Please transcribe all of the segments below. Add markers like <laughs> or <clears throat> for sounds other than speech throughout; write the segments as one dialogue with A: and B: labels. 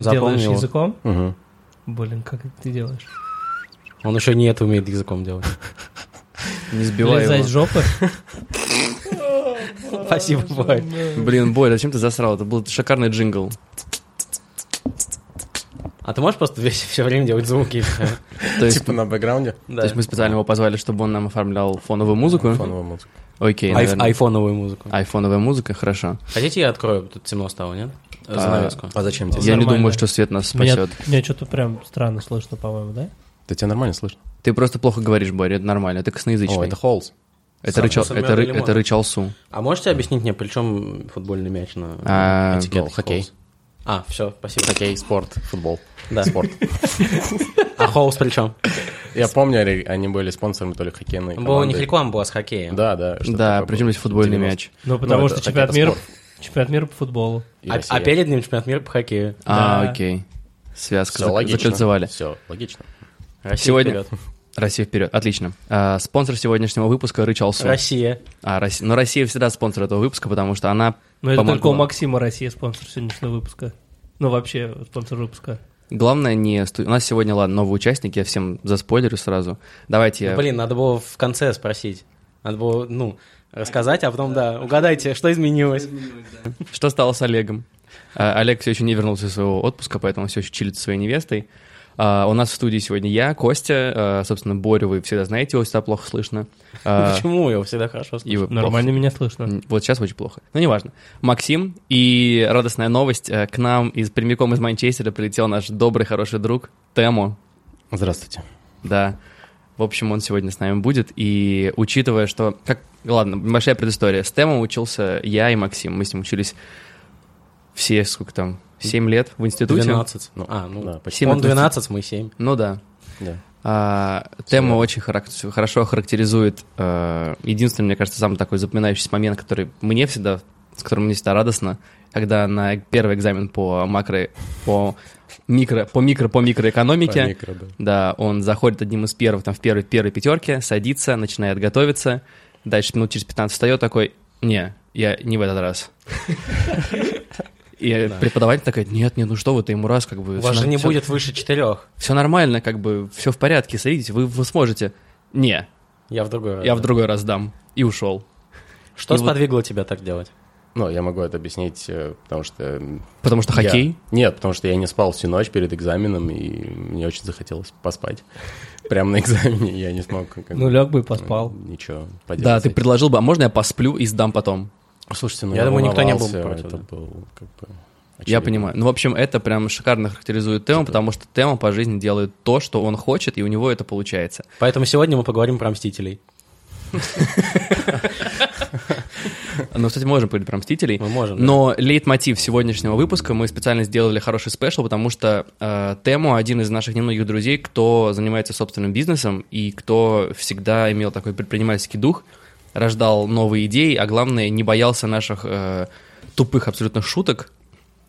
A: Запомнил.
B: Делаешь языком?
A: Мгм.
B: Блин, как это ты делаешь?
A: Он еще не это умеет языком делать. <laughs>
C: Не сбивай
B: Лизать с
C: его.
D: <laughs>
B: жопы?
A: Спасибо, Бой.
C: Блин, Бой, зачем ты засрал? Это был шикарный джингл.
A: А ты можешь просто весь, все время делать звуки? и всё?
C: То есть,
D: Типа на бэкграунде
A: <laughs> Да.
C: то есть мы специально его позвали, чтобы он нам оформлял фоновую музыку.
D: фоновая музыка.
C: Окей,
A: Айф-
C: наверное.
A: Айфоновую музыку.
C: Айфоновая музыка, хорошо.
A: Хотите, я открою? Тут темно стало, нет?
C: А,
A: Занавеску.
D: А зачем тебе?
C: Я не
B: Нормально.
C: думаю, что свет нас
B: Меня,
C: спасет.
B: меня что-то прям странно слышно, по-моему, да?
D: Да тебя нормально слышно?
C: Ты просто плохо говоришь, Боря, это нормально, ты
D: О,
C: косноязычный.
D: это Холлс.
C: это,
A: Сам
C: рычал,
A: вкусом
C: это,
A: мёда
C: ры-
A: и лимона.
C: это рычалсу.
A: А можете объяснить мне, при чем футбольный мяч на
C: А,
A: этикетке
D: ну, хоккей.
A: Холлс? А, все, спасибо.
D: Хоккей, спорт, футбол.
A: Да.
D: Спорт.
A: А Холлс при <laughs> чем?
D: Я помню, они- они были спонсорами то ли хоккейной
A: Была у них
D: команды.
A: реклама была с хоккеем.
D: Да, да. что-то
C: Да,
D: такое
C: причем
D: было.
C: здесь футбольный
D: 90.
C: мяч.
B: Ну, потому что
D: это так,
B: чемпионат
D: это
B: мира,
D: спорт.
B: чемпионат мира по футболу.
D: И
A: А,
D: Россия.
A: а перед ним чемпионат мира по хоккею.
C: А,
B: Да.
C: окей. Связка
D: Всё
C: зак-
D: логично.
C: закольцевали.
D: Все, логично.
A: Россия
C: Сегодня-
A: вперед.
C: Россия вперед, отлично. А, спонсор сегодняшнего выпуска рычалсу.
A: Россия.
C: А, Росси- Но Россия всегда спонсор этого выпуска, потому что она
B: Но Ну, это только у
C: помогла.
B: Максима Россия спонсор сегодняшнего выпуска. Ну, вообще, спонсор выпуска.
C: Главное не... сту- У нас сегодня, ладно, новые участники, я всем заспойлерю сразу. Давайте...
A: Ну, блин, надо было в конце спросить. Надо было, ну, рассказать, а потом, да, угадайте, что изменилось.
C: Что стало с Олегом? А, Олег все еще не вернулся из своего отпуска, поэтому он все еще чилит со своей невестой. А, У нас в студии сегодня я, Костя, а, собственно, Борю вы всегда знаете, его всегда плохо слышно.
A: <laughs>
C: А,
A: Почему его всегда хорошо
C: и
A: слышно?
C: вы плохо
B: Нормально меня слышно.
C: М, Вот сейчас очень плохо. Ну, неважно. Максим, и радостная новость, э, к нам из, прямиком из Манчестера прилетел наш добрый, хороший друг Тему.
D: Здравствуйте.
C: Да. В общем, он сегодня с нами будет. И учитывая, что... Как... Ладно, большая предыстория. С Тему учился я и Максим. Мы с ним учились все, сколько там, 7 лет в институте.
A: 12. Ну, а, ну,
D: Да,
C: почти.
A: он 12, мы 7.
C: Ну да.
D: Да.
C: А, Тема очень харак- хорошо характеризует э, единственный, мне кажется, самый такой запоминающийся момент, который мне всегда, с которым мне всегда радостно, когда на первый экзамен по макро, по микро, по микро, по микроэкономике,
D: По микро, да.
C: да, он заходит одним из первых, там в первой, первой пятерке, садится, начинает готовиться, дальше минут через 15 встает такой, не, я не в этот раз. И преподаватель такой, нет, нет, ну что вы, ты ему раз как бы...
A: У вас
C: всё
A: же
C: на-
A: не
C: всё-
A: будет выше четырех.
C: все нормально, как бы, все в порядке, садитесь, вы, вы сможете. Не,
A: Я в другой раз.
C: я в
A: да.
C: другой раз дам. И ушел.
A: Что
C: И вот-
A: сподвигло тебя так делать?
D: Ну, я могу это объяснить, э, потому что... м,
C: Потому что
D: я-
C: хоккей.
D: Нет, потому что я не спал всю ночь перед экзаменом, и мне очень захотелось поспать. Прямо на экзамене я не смог... как-
B: Ну, лег бы и поспал.
D: Ничего
C: Да,
D: поделать.
C: ты предложил бы, а можно я посплю и сдам потом?
D: Слушайте, ну
A: Я думаю, никто не был
D: волновался,
A: против,
D: Это
A: да.
D: был как бы...
C: Я
A: А
D: очевидно. <laughs>
C: понимаю. Ну, в общем, это прям шикарно характеризует тему,
A: Типа.
C: потому что тема по жизни делает то, что он хочет, и у него это получается.
A: Поэтому сегодня мы поговорим про «Мстителей».
C: Ну, кстати, мы можем поговорить про «Мстителей».
A: Мы можем, да.
C: Но лейтмотив сегодняшнего выпуска мы специально сделали хороший спешл, потому что э, Тему один из наших немногих друзей, кто занимается собственным бизнесом и кто всегда имел такой предпринимательский дух, рождал новые идеи, а главное, не боялся наших э, тупых абсолютно шуток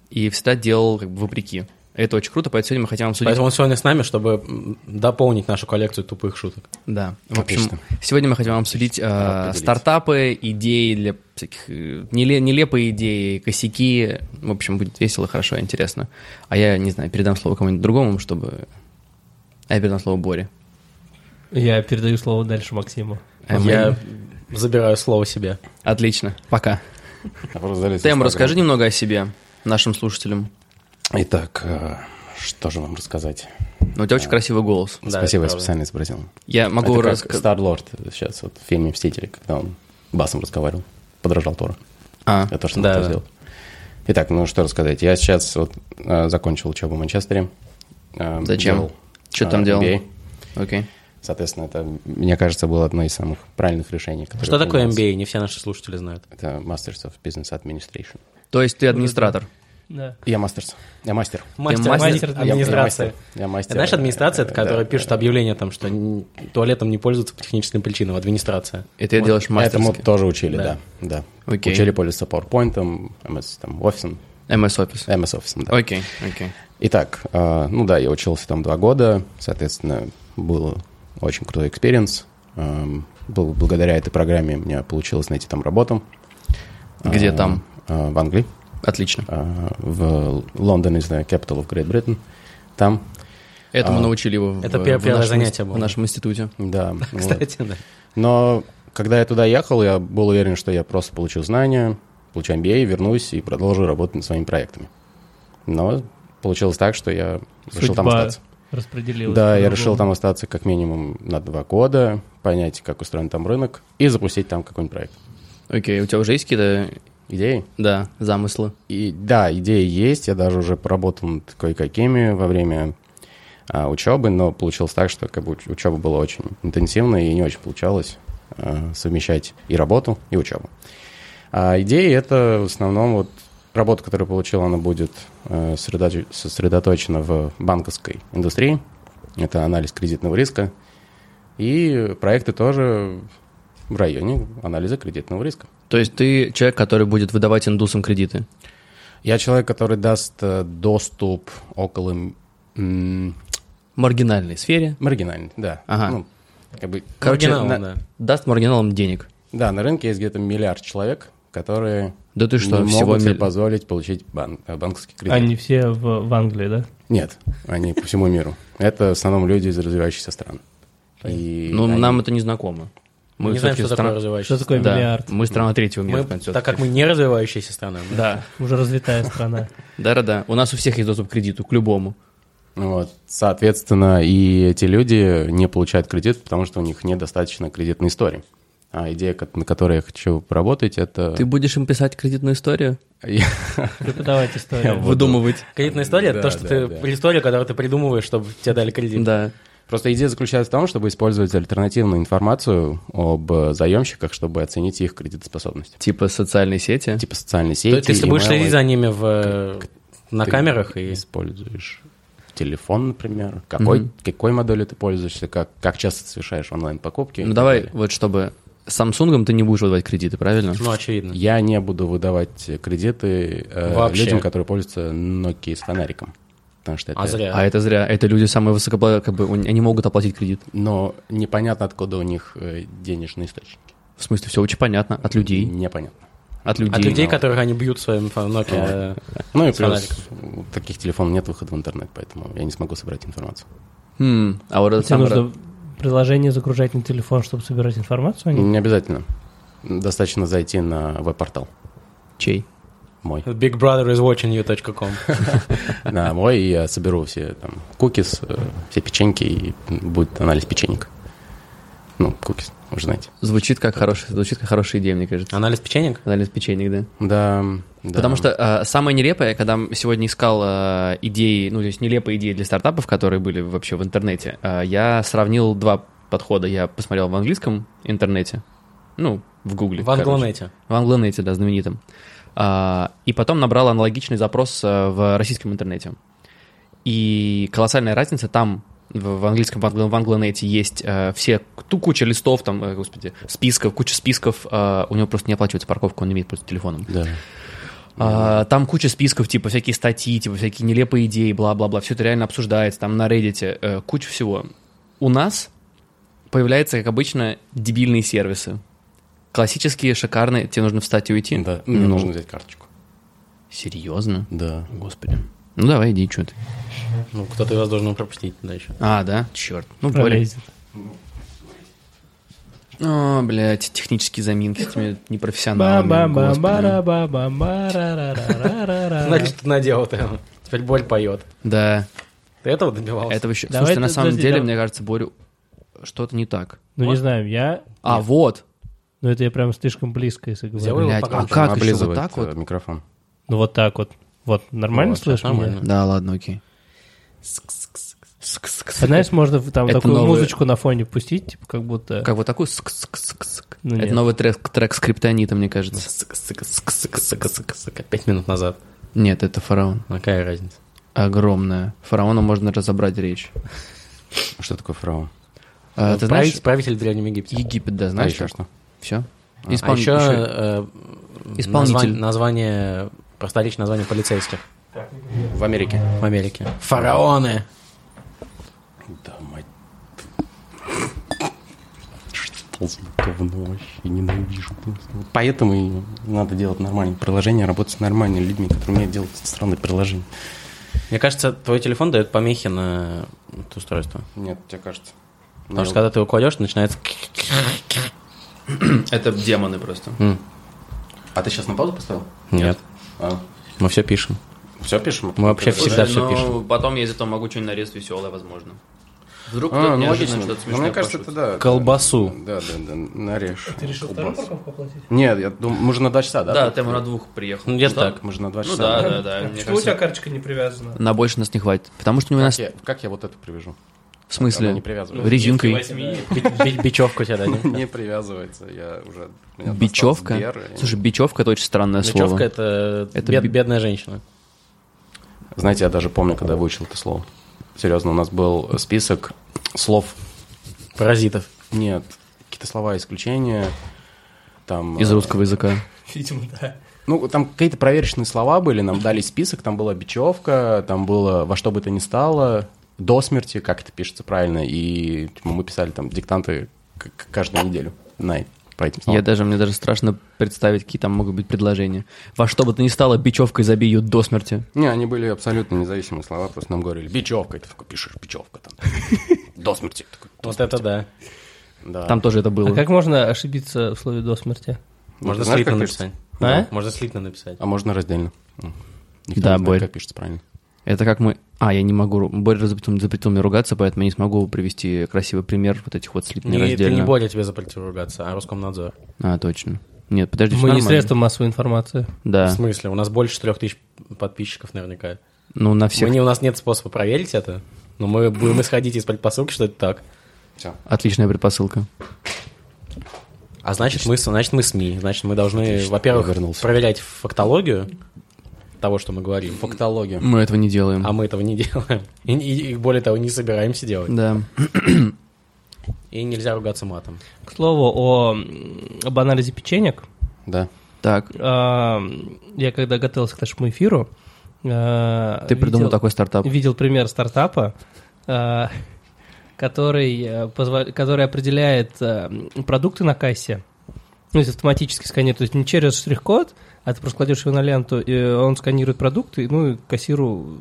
C: и всегда делал как бы, вопреки. Это очень круто, поэтому сегодня мы хотим обсудить...
A: Поэтому он сегодня с нами, чтобы м, дополнить нашу коллекцию тупых шуток.
C: Да, в общем,
D: Отлично.
C: сегодня мы хотим вам обсудить э,
D: поделиться.
C: стартапы, идеи для всяких э, неле- нелепые идеи, косяки. В общем, будет весело, хорошо, интересно. А я, не знаю, передам слово кому-нибудь другому, чтобы... А я передам слово Боре.
B: Я передаю слово дальше Максиму.
C: А
A: Я
C: мы-
A: забираю слово себе.
C: Отлично, пока.
D: А просто залез в
C: Тем,
D: Инстаграм.
C: расскажи немного о себе нашим слушателям.
D: Итак, э, что же вам рассказать?
C: Ну, у тебя очень красивый голос.
A: Да,
D: Спасибо, я
A: это правда.
D: специально изобразил.
C: Я могу
D: это
C: рассказать...
D: Старлорд сейчас вот в фильме «Мстители», когда он басом разговаривал, подражал Тору.
C: А,
D: Это то, что он
A: Да,
D: хотел
A: да.
D: сделать. Итак, ну что рассказать. Я сейчас вот э, закончил учебу в Манчестере. Э,
C: Зачем?
D: делал,
C: Чё ты
D: э,
C: там делал?
D: MBA.
C: окей.
D: Соответственно, это, мне кажется, было одно из самых правильных решений. которое
A: Что такое
D: принималось.
A: MBA? Не все наши слушатели знают.
D: Это Masters of Business Administration.
C: То есть ты администратор.
B: Да.
D: Я мастерс. Я мастер.
A: Мастер,
C: мастер
A: мастер
D: Я- я
A: администрации.
D: мастер. Я мастер.
A: Знаешь, администрация, это
D: Э,
A: которая
D: да.
A: пишет объявление там, что н- туалетом не пользуются по техническим причинам, администрация.
C: И ты делаешь
D: Этому
C: мастерский.
D: тоже учили,
A: Да.
D: да. да.
C: Окей.
D: Учили пользоваться PowerPoint, MS там, офисом,
C: MS Office.
D: MS офисом, да.
C: Окей, окей.
D: Итак, э, ну да, я учился там два года, соответственно, был очень крутой экспириенс. Эм, был- Благодаря этой программе у меня получилось найти там работу.
C: Где
D: Э,
C: там?
D: э, В Англии.
C: Отлично.
D: а, в London is the capital of Great Britain. Там,
C: Этому
D: А,
C: научили его в,
A: это
C: в
A: первое
C: нашем
A: занятие
C: инст-
A: было.
C: в нашем институте.
D: да. вот.
A: Кстати, да.
D: Но когда я туда ехал, я был уверен, что я просто получу знания, получу MBA, вернусь и продолжу работать над своими проектами. Но получилось так, что я решил там
B: Судьба
D: остаться.
B: распределилась.
D: Да, я
B: по-другому.
D: решил там остаться как минимум на два года, понять, как устроен там рынок, и запустить там какой-нибудь проект.
C: Окей, у тебя уже есть какие-то,
D: Идеи?
C: да, замыслы?
D: И, да, идеи есть, я даже уже поработал над кое-какими во время а, учебы, но получилось так, что как бы уч- учеба была очень интенсивная и не очень получалось а, совмещать и работу, и учебу. А идеи это в основном вот работа, которую получил, она будет э, сосредоточ- сосредоточена в банковской индустрии. Это анализ кредитного риска. И проекты тоже в районе анализа кредитного риска.
C: То есть ты человек, который будет выдавать индусам кредиты?
D: Я человек, который даст э, доступ около м,
C: В маргинальной сфере?
D: маргинальный, да.
C: Ага.
D: Ну, как бы,
C: Короче,
A: Оригинал,
C: на-
A: да.
C: Даст маргиналам денег?
D: да, на рынке есть где-то миллиард человек, которые
C: Да ты что,
D: не
C: всего
D: могут себе
C: миль-
D: позволить получить бан- э, банковский кредит.
B: Они все в, в Англии, да?
D: Нет, они по всему миру. Это в основном люди из развивающихся стран. И
C: Ну,
D: они-
C: нам это не знакомо.
A: Мы не знаем,
C: всё-таки
A: что такое
C: страна-
B: Что
A: развивающаяся.
B: такое
C: Да,
B: миллиард?
C: Мы страна третьего мира,
A: Мы,
C: в конце
A: так как мы не развивающаяся страна, мы-
C: Да,
B: Уже развитая
D: <laughs>
B: страна.
C: да-да-да. У нас у всех есть доступ к кредиту, к любому.
D: ну Вот, соответственно, и эти люди не получают кредит, потому что у них недостаточно кредитной истории. А идея, ко- на которой я хочу поработать, это...
C: Ты будешь им писать кредитную историю?
D: <laughs> Я-
B: Преподавать историю.
C: Выдумывать.
A: Кредитная история это
D: Да,
A: то, что
D: да,
A: ты
D: да.
A: история, которую ты придумываешь, чтобы тебе дали кредит.
C: Да.
D: Просто идея заключается в том, чтобы использовать альтернативную информацию об э, заемщиках, чтобы оценить их кредитоспособность.
C: Типа социальные сети.
D: Типа социальные
A: То
D: сети,
A: есть, если будешь
D: имейлы,
A: следить за ними в, э, на
D: ты
A: камерах и
D: Используешь телефон, например, какой,
C: Мгм.
D: какой моделью ты пользуешься, как, как часто ты совершаешь онлайн-покупки. и
C: Ну
D: так
C: давай,
D: далее.
C: вот чтобы с Самсунгом ты не будешь выдавать кредиты, правильно?
A: Ну, очевидно.
D: Я не буду выдавать кредиты э,
A: Вообще.
D: людям, которые пользуются Nokia с фонариком. Потому что это...
A: А зря.
C: А это зря. Это люди самые высокоплатные, как бы он- они могут оплатить кредит.
D: Но непонятно, откуда у них э, денежные источники.
C: В смысле, все очень понятно. От людей.
D: Непонятно.
C: От людей.
A: От людей,
D: ну.
A: которых они бьют своим фо- Nokia. э,
D: Ну и
A: С
D: плюс у таких телефонов нет выхода в интернет, поэтому я не смогу собрать информацию.
C: Хм, а вот это
B: Тебе
C: сам...
B: нужно приложение загружать на телефон, чтобы собирать
C: Ну,
B: информацию а о ней?
D: Не обязательно. Достаточно зайти на веб-портал
C: Чей? <laughs>
D: мой.
A: э, Big Brother is watching you.com.
D: На мой, и я соберу все там кукис, э, все печеньки, и будет анализ печенек. Ну, кукис, вы же знаете.
C: Звучит как хороший, звучит как хорошая идея, мне кажется.
A: Анализ печенек?
C: Анализ печенек, да?
D: Да, да.
C: Потому что а, самое нелепое, когда м- сегодня искал а, идеи, ну, то есть нелепые идеи для стартапов, которые были вообще в интернете, а, я сравнил два подхода. Я посмотрел в английском интернете, ну, в гугле.
A: В
C: короче.
A: Англонете.
C: В англонете, да, знаменитом. А, и потом набрал аналогичный запрос а, в российском интернете. И колоссальная разница там в в английском, в англо- в англонете есть э, все, ту куча листов, там, э, господи, списков, куча списков, э, у него просто не оплачивается парковка, он не умеет пользоваться телефоном.
D: Да.
C: А, там куча списков, типа всякие статьи, типа всякие нелепые идеи, бла-бла-бла. Все это реально обсуждается, там на Reddit э, куча всего. У нас появляются, как обычно, дебильные сервисы. Классические, шикарные. Тебе нужно встать и уйти?
D: Да, мне
C: Ну.
D: нужно взять карточку.
C: Серьезно?
D: Да.
C: Господи. Ну давай, иди, что ты.
A: Ну, кто-то из вас должен пропустить дальше.
C: А, да? Черт. Ну, блядь.
B: Пролезет.
C: О, блядь, технические заминки с этими непрофессионалами. господи.
B: Ба-ба-ба-ба-ба-ба-ба-ра-ра-ра-ра-ра-ра.
A: Значит, ты надел это. Теперь боль поет.
C: Да.
A: Ты этого добивался?
C: Этого еще.
B: Давай
C: Слушай, на
B: ты-
C: самом
B: подожди,
C: деле,
B: давай.
C: мне кажется, Борю, что-то не так.
B: Ну, не знаю, я...
C: А, вот.
B: Ну, это я прям слишком близко, если говорю.
A: Сделай его
C: блядь, а
A: погромче.
C: как?
D: Он
C: еще
D: облизывает,
C: вот так вот?
D: э, микрофон.
B: Ну, вот так вот. Вот, нормально
D: Вот,
B: слышно?
A: нормально.
C: Да, ладно, окей.
B: Знаешь, можно в- там
C: Это
B: такую
C: новое-
B: музычку на фоне пустить, типа как будто...
C: Как вот такой ск-ск-ск-ск.
B: Ну,
C: Это
B: нет.
C: новый трек, трек скриптонита, мне кажется.
A: Сык-сык-сык-сык-сык-сык. Пять минут назад.
C: Нет, это фараон.
A: Какая разница?
C: Огромная. Фараону можно разобрать речь.
D: Что такое фрау?
C: А, ты знаешь,
A: Ну, Правитель- Правитель Древнего Египта.
C: Египет, да,
D: А
C: знаешь?
D: еще что?
C: Все.
A: А еще э,
C: Исполнитель.
A: назва- название, просторечное название полицейских
D: В Америке.
A: в Америке. Фараоны.
D: Да, мать. Apple's говно вообще ненавижу. просто. Вот Поэтому и надо делать нормальные приложения, работать с нормальными людьми, которые умеют делать странные приложения.
A: Мне кажется, твой телефон дает помехи на это устройство.
D: Нет, тебе кажется. Ну,
A: Потому что когда ты его кладешь, начинается...
C: Это демоны просто.
A: М,
D: А ты сейчас на паузу поставил?
A: Нет,
D: А,
A: мы все пишем.
D: все пишем?
A: Мы вообще
D: Слушай,
A: всегда все
C: ну,
A: пишем.
C: Потом я зато могу что-нибудь нарезать веселое, возможно. Вдруг
D: А,
C: кто-то
D: ну
C: неожиданно
D: логично.
C: что-то
D: Ну,
C: смешное
D: мне кажется, это
C: пошутит.
D: да.
A: Колбасу.
D: Да, да, да, нарежь.
B: А Ты решил вторую
D: Колбасу.
B: парковку оплатить?
D: Нет, я думаю, мы же на два часа, да?
C: Да, Тема на двух приехал.
A: Ну, где ж
C: Да.
A: так?
D: Мы же на два
C: Ну
D: часа.
C: да, да, да.
B: А
C: мне
B: Почему у
C: кажется,
B: тебя карточка не привязана?
C: На больше нас не хватит. Потому что у
D: Как
C: нас...
D: я, как я вот это привяжу?
C: В
D: Она не
C: смысле?
D: привязывается.
C: Резинкой.
A: Би- би- Бечевку тебе дадим.
D: Не привязывается, я уже... у меня достал
C: Бечевка?
D: Сбер, и-
C: Слушай, бечевка это очень странное
A: Бечевка —
C: слово.
A: это
C: Это
A: бед-
C: би-
A: бедная женщина.
D: Знаете, я даже помню, когда выучил это слово. Серьезно, у нас был список слов.
A: Паразитов.
D: Нет, какие-то слова исключения. Там,
C: Из
D: э,
C: русского языка.
B: Видимо, да.
D: Ну, там какие-то проверочные слова были, нам дали список, там была бечевка, там было во что бы то ни стало, до смерти, как это пишется правильно, и типа, мы писали там диктанты к- к- каждую неделю на э- по этим
A: Ну.
D: словам.
C: Я даже, мне даже страшно представить, какие там могут быть предложения. Во что бы то ни стало, бечевкой забей ее до смерти.
D: Не, они были абсолютно независимые слова, просто нам говорили, бечевка, и ты такой пишешь, бечевка
C: <laughs>
D: там, до смерти. Такой, «До
A: Вот это да.
D: смерти». Да.
C: Там тоже это
B: А
C: было.
B: как можно ошибиться в слове до смерти?
D: Ну,
A: Можно
D: ты знаешь,
A: слитно
D: как пишется?
A: написать.
B: А?
A: Можно слитно написать.
D: А можно раздельно. М. Никто не
C: Да,
D: знает,
C: Борь.
D: как пишется правильно.
C: Это как мы... А, я не могу... ру- Боря запретил, запретил мне ругаться, поэтому я не смогу привести красивый пример вот этих вот слип
A: Не, ты не
C: нераздельно.
A: Боря тебе запретил ругаться, а Роскомнадзор.
C: А, точно. Нет, подожди, всё
B: Мы не
C: нормально.
B: средства массовой информации.
A: В
C: Да.
A: смысле? У нас больше трех тысяч подписчиков наверняка.
C: Ну, на
A: Мы
C: всех.
A: не- у нас нет способа проверить это, но мы будем исходить из предпосылки, что это так.
D: Все.
C: Отличная предпосылка.
A: А значит, мы, значит, мы СМИ. Значит, мы должны, во-первых,
D: я вернулся.
A: проверять фактологию того, что мы говорим.
D: Фактология.
C: Мы этого не делаем.
A: А мы этого не <laughs> делаем. И, и- и, более того, не собираемся делать.
C: Да.
A: И нельзя ругаться матом.
B: К слову, о, м, об анализе печенек.
D: Да.
C: Так,
B: А, м, Я когда готовился к нашему эфиру... а,
C: ты придумал
B: видел-
C: такой стартап.
B: видел пример стартапа, э, который, э, позва- который определяет э, продукты на кассе. Ну, есть автоматически сканирует, то есть не через штрих-код, а ты просто кладешь его на ленту, и он сканирует продукты, ну, и кассиру,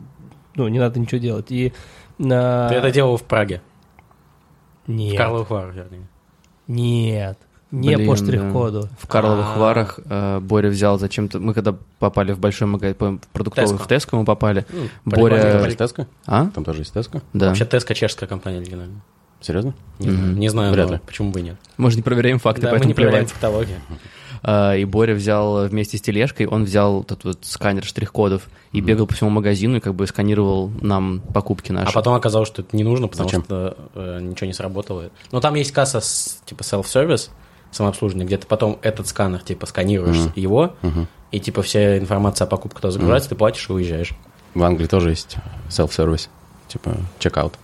B: ну, не надо ничего делать. И на...
A: Ты это делал в Праге. В
B: Нет,
A: Карловых Варах, вернее.
B: нет, не
C: Блин,
B: по
C: да.
B: штрих-коду.
C: В Карловых
A: А.
C: Варах э, Боря взял зачем-то... Мы когда попали в большой магазин, в продуктовый
A: Tesco.
C: в Теско мы попали.
A: Ну,
D: Там
C: Боря-
A: прикольно.
D: тоже есть Tesco?
C: А?
D: Там тоже есть Tesco?
C: Да.
A: Вообще Теска чешская компания оригинальная.
D: Серьезно?
A: Не знаю, не знаю,
D: Вряд
A: но
D: ли. А
A: почему бы и нет.
C: Мы же не проверяем факты,
A: да, мы
C: поэтому
A: не проверяем
C: плевать.
A: фактологию.
C: А, И Боря взял вместе с тележкой, он взял этот вот сканер штрих-кодов и бегал по всему магазину и как бы сканировал нам покупки наши.
A: А потом оказалось, что это не нужно, потому
D: Зачем?
A: что э, ничего не сработало. Но там есть касса с, типа self-service, самообслуживание, где ты потом этот сканер, типа, сканируешь его, и, типа, вся информация о покупке туда загружается, ты платишь и уезжаешь.
D: В Англии тоже есть self-service, типа чекаут.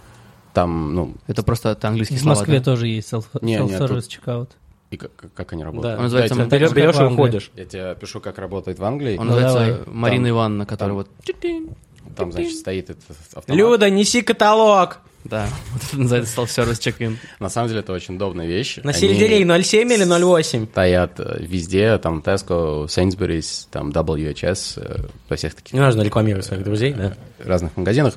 D: Там, ну,
C: Это просто это английские
B: В
C: слова.
B: Москве
C: да?
B: тоже есть self-
D: Не, не,
B: self-service
D: тут-
B: чекаут.
D: и как, как они
A: Да.
D: работают.
A: Он
C: называется
A: Ты
C: М-
A: берешь,
B: как в
A: берешь и
B: Англии.
A: уходишь.
D: Я тебе пишу, как работает в Англии.
C: Он
B: Ну,
C: называется Марина
D: Там-
C: Ивановна, которая вот...
D: Там, значит, стоит этот автомат.
A: Люда, неси каталог!
C: Да, <laughs> вот это называется self-service check-in.
D: На самом деле это очень удобная вещь.
A: На
D: Они
A: сельдерей 0,7 или 0,8?
D: стоят э, везде, там Tesco, Sainsbury's, там WHS, э, во всех таких
A: Не нужно рекламировать своих друзей, да?
D: разных магазинах.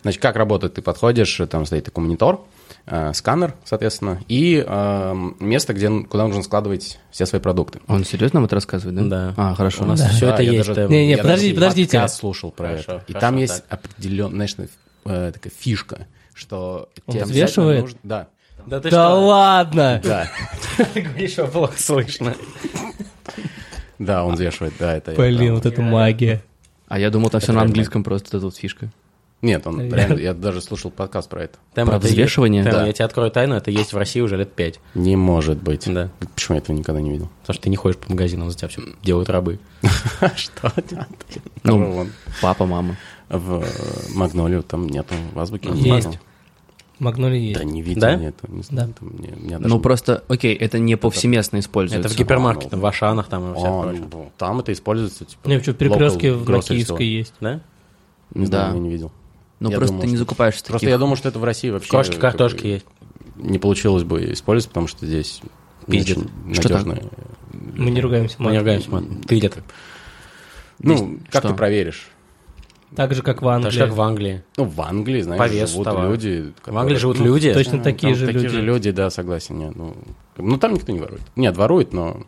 D: Значит, как работает? Ты подходишь, там стоит такой монитор, э, сканер, соответственно, и э, место, где, куда нужно складывать все свои продукты.
C: Он серьезно вам это рассказывает,
A: Да.
C: да? А, хорошо.
A: У нас
D: Да.
A: все
D: Да,
A: это
D: я
A: есть.
D: даже-
A: Тем.
B: Не-не,
D: Я даже
B: подождите, подождите.
D: подкаст слушал про
A: Хорошо,
D: это. И
A: хорошо,
D: там есть
A: так.
D: определенная, знаешь, э, такая фишка, что
B: Он
D: тебе обязательно
B: взвешивает?
D: нужно- Да.
A: Да ты
B: Да ладно!
D: Да,
A: Ты <laughs> говоришь, а плохо слышно.
D: да, он взвешивает, да, это я
B: Блин,
D: прям-
B: вот это магия.
C: А я думал, там все на
D: реально.
C: английском просто, это вот фишка.
D: Нет, он
B: Я-
D: реально, я даже слушал подкаст про это.
A: Тема,
C: Про
A: это
C: взвешивание?
A: есть- Тема,
D: Да.
A: я тебе открою тайну, это есть в России уже лет пять.
D: Не может быть.
A: Да.
D: Почему я этого никогда не видел?
A: Потому что ты не ходишь по магазинам, за тебя все делают рабы.
D: Что?
C: Ну.
D: Ну,
C: Папа, мама.
D: в э, Магнолию там нету в азбуке.
B: Есть.
D: Нету.
B: Магнолия есть.
D: Да не видел,
A: Да?
D: нету. Не знаю,
B: Да.
D: там не- у меня даже
C: Ну
D: не-
C: просто, окей, это не повсеместно
A: Это
C: используется.
A: в гипермаркетах, в Ашанах там и во всяком
D: А,
A: прочем.
D: ну, Там это используется, типа...
B: Не, что, перекрестки
D: local
B: в- на
D: grocery store.
B: Киевской есть.
A: Да?
D: Не знаю,
C: Да.
D: я не видел.
C: Ну
D: Я
C: просто
D: думал,
C: ты не
D: что-
C: закупаешься
D: Просто
C: таких.
D: я думал, что это в России вообще...
A: Крошки,
D: как бы,
A: картошки есть.
D: Не получилось бы использовать, потому что здесь не
A: пиздит.
D: очень
C: Что там?
D: надежная.
B: Мы не ругаемся
A: Мы не
B: матом.
A: ругаемся матом. Тырят.
D: Ну, как
C: что?
D: ты проверишь?
B: Так же, как в Англии.
A: Так же, как в Англии.
D: Ну, в Англии, знаешь,
A: По весу
D: живут
A: товара.
D: люди. ну,
A: В Англии живут люди.
B: точно
D: Да,
B: такие
D: Э, там
B: же
D: такие
B: люди.
D: же люди, да, согласен. Нет, ну, ну, там никто не ворует. Нет, ворует, но...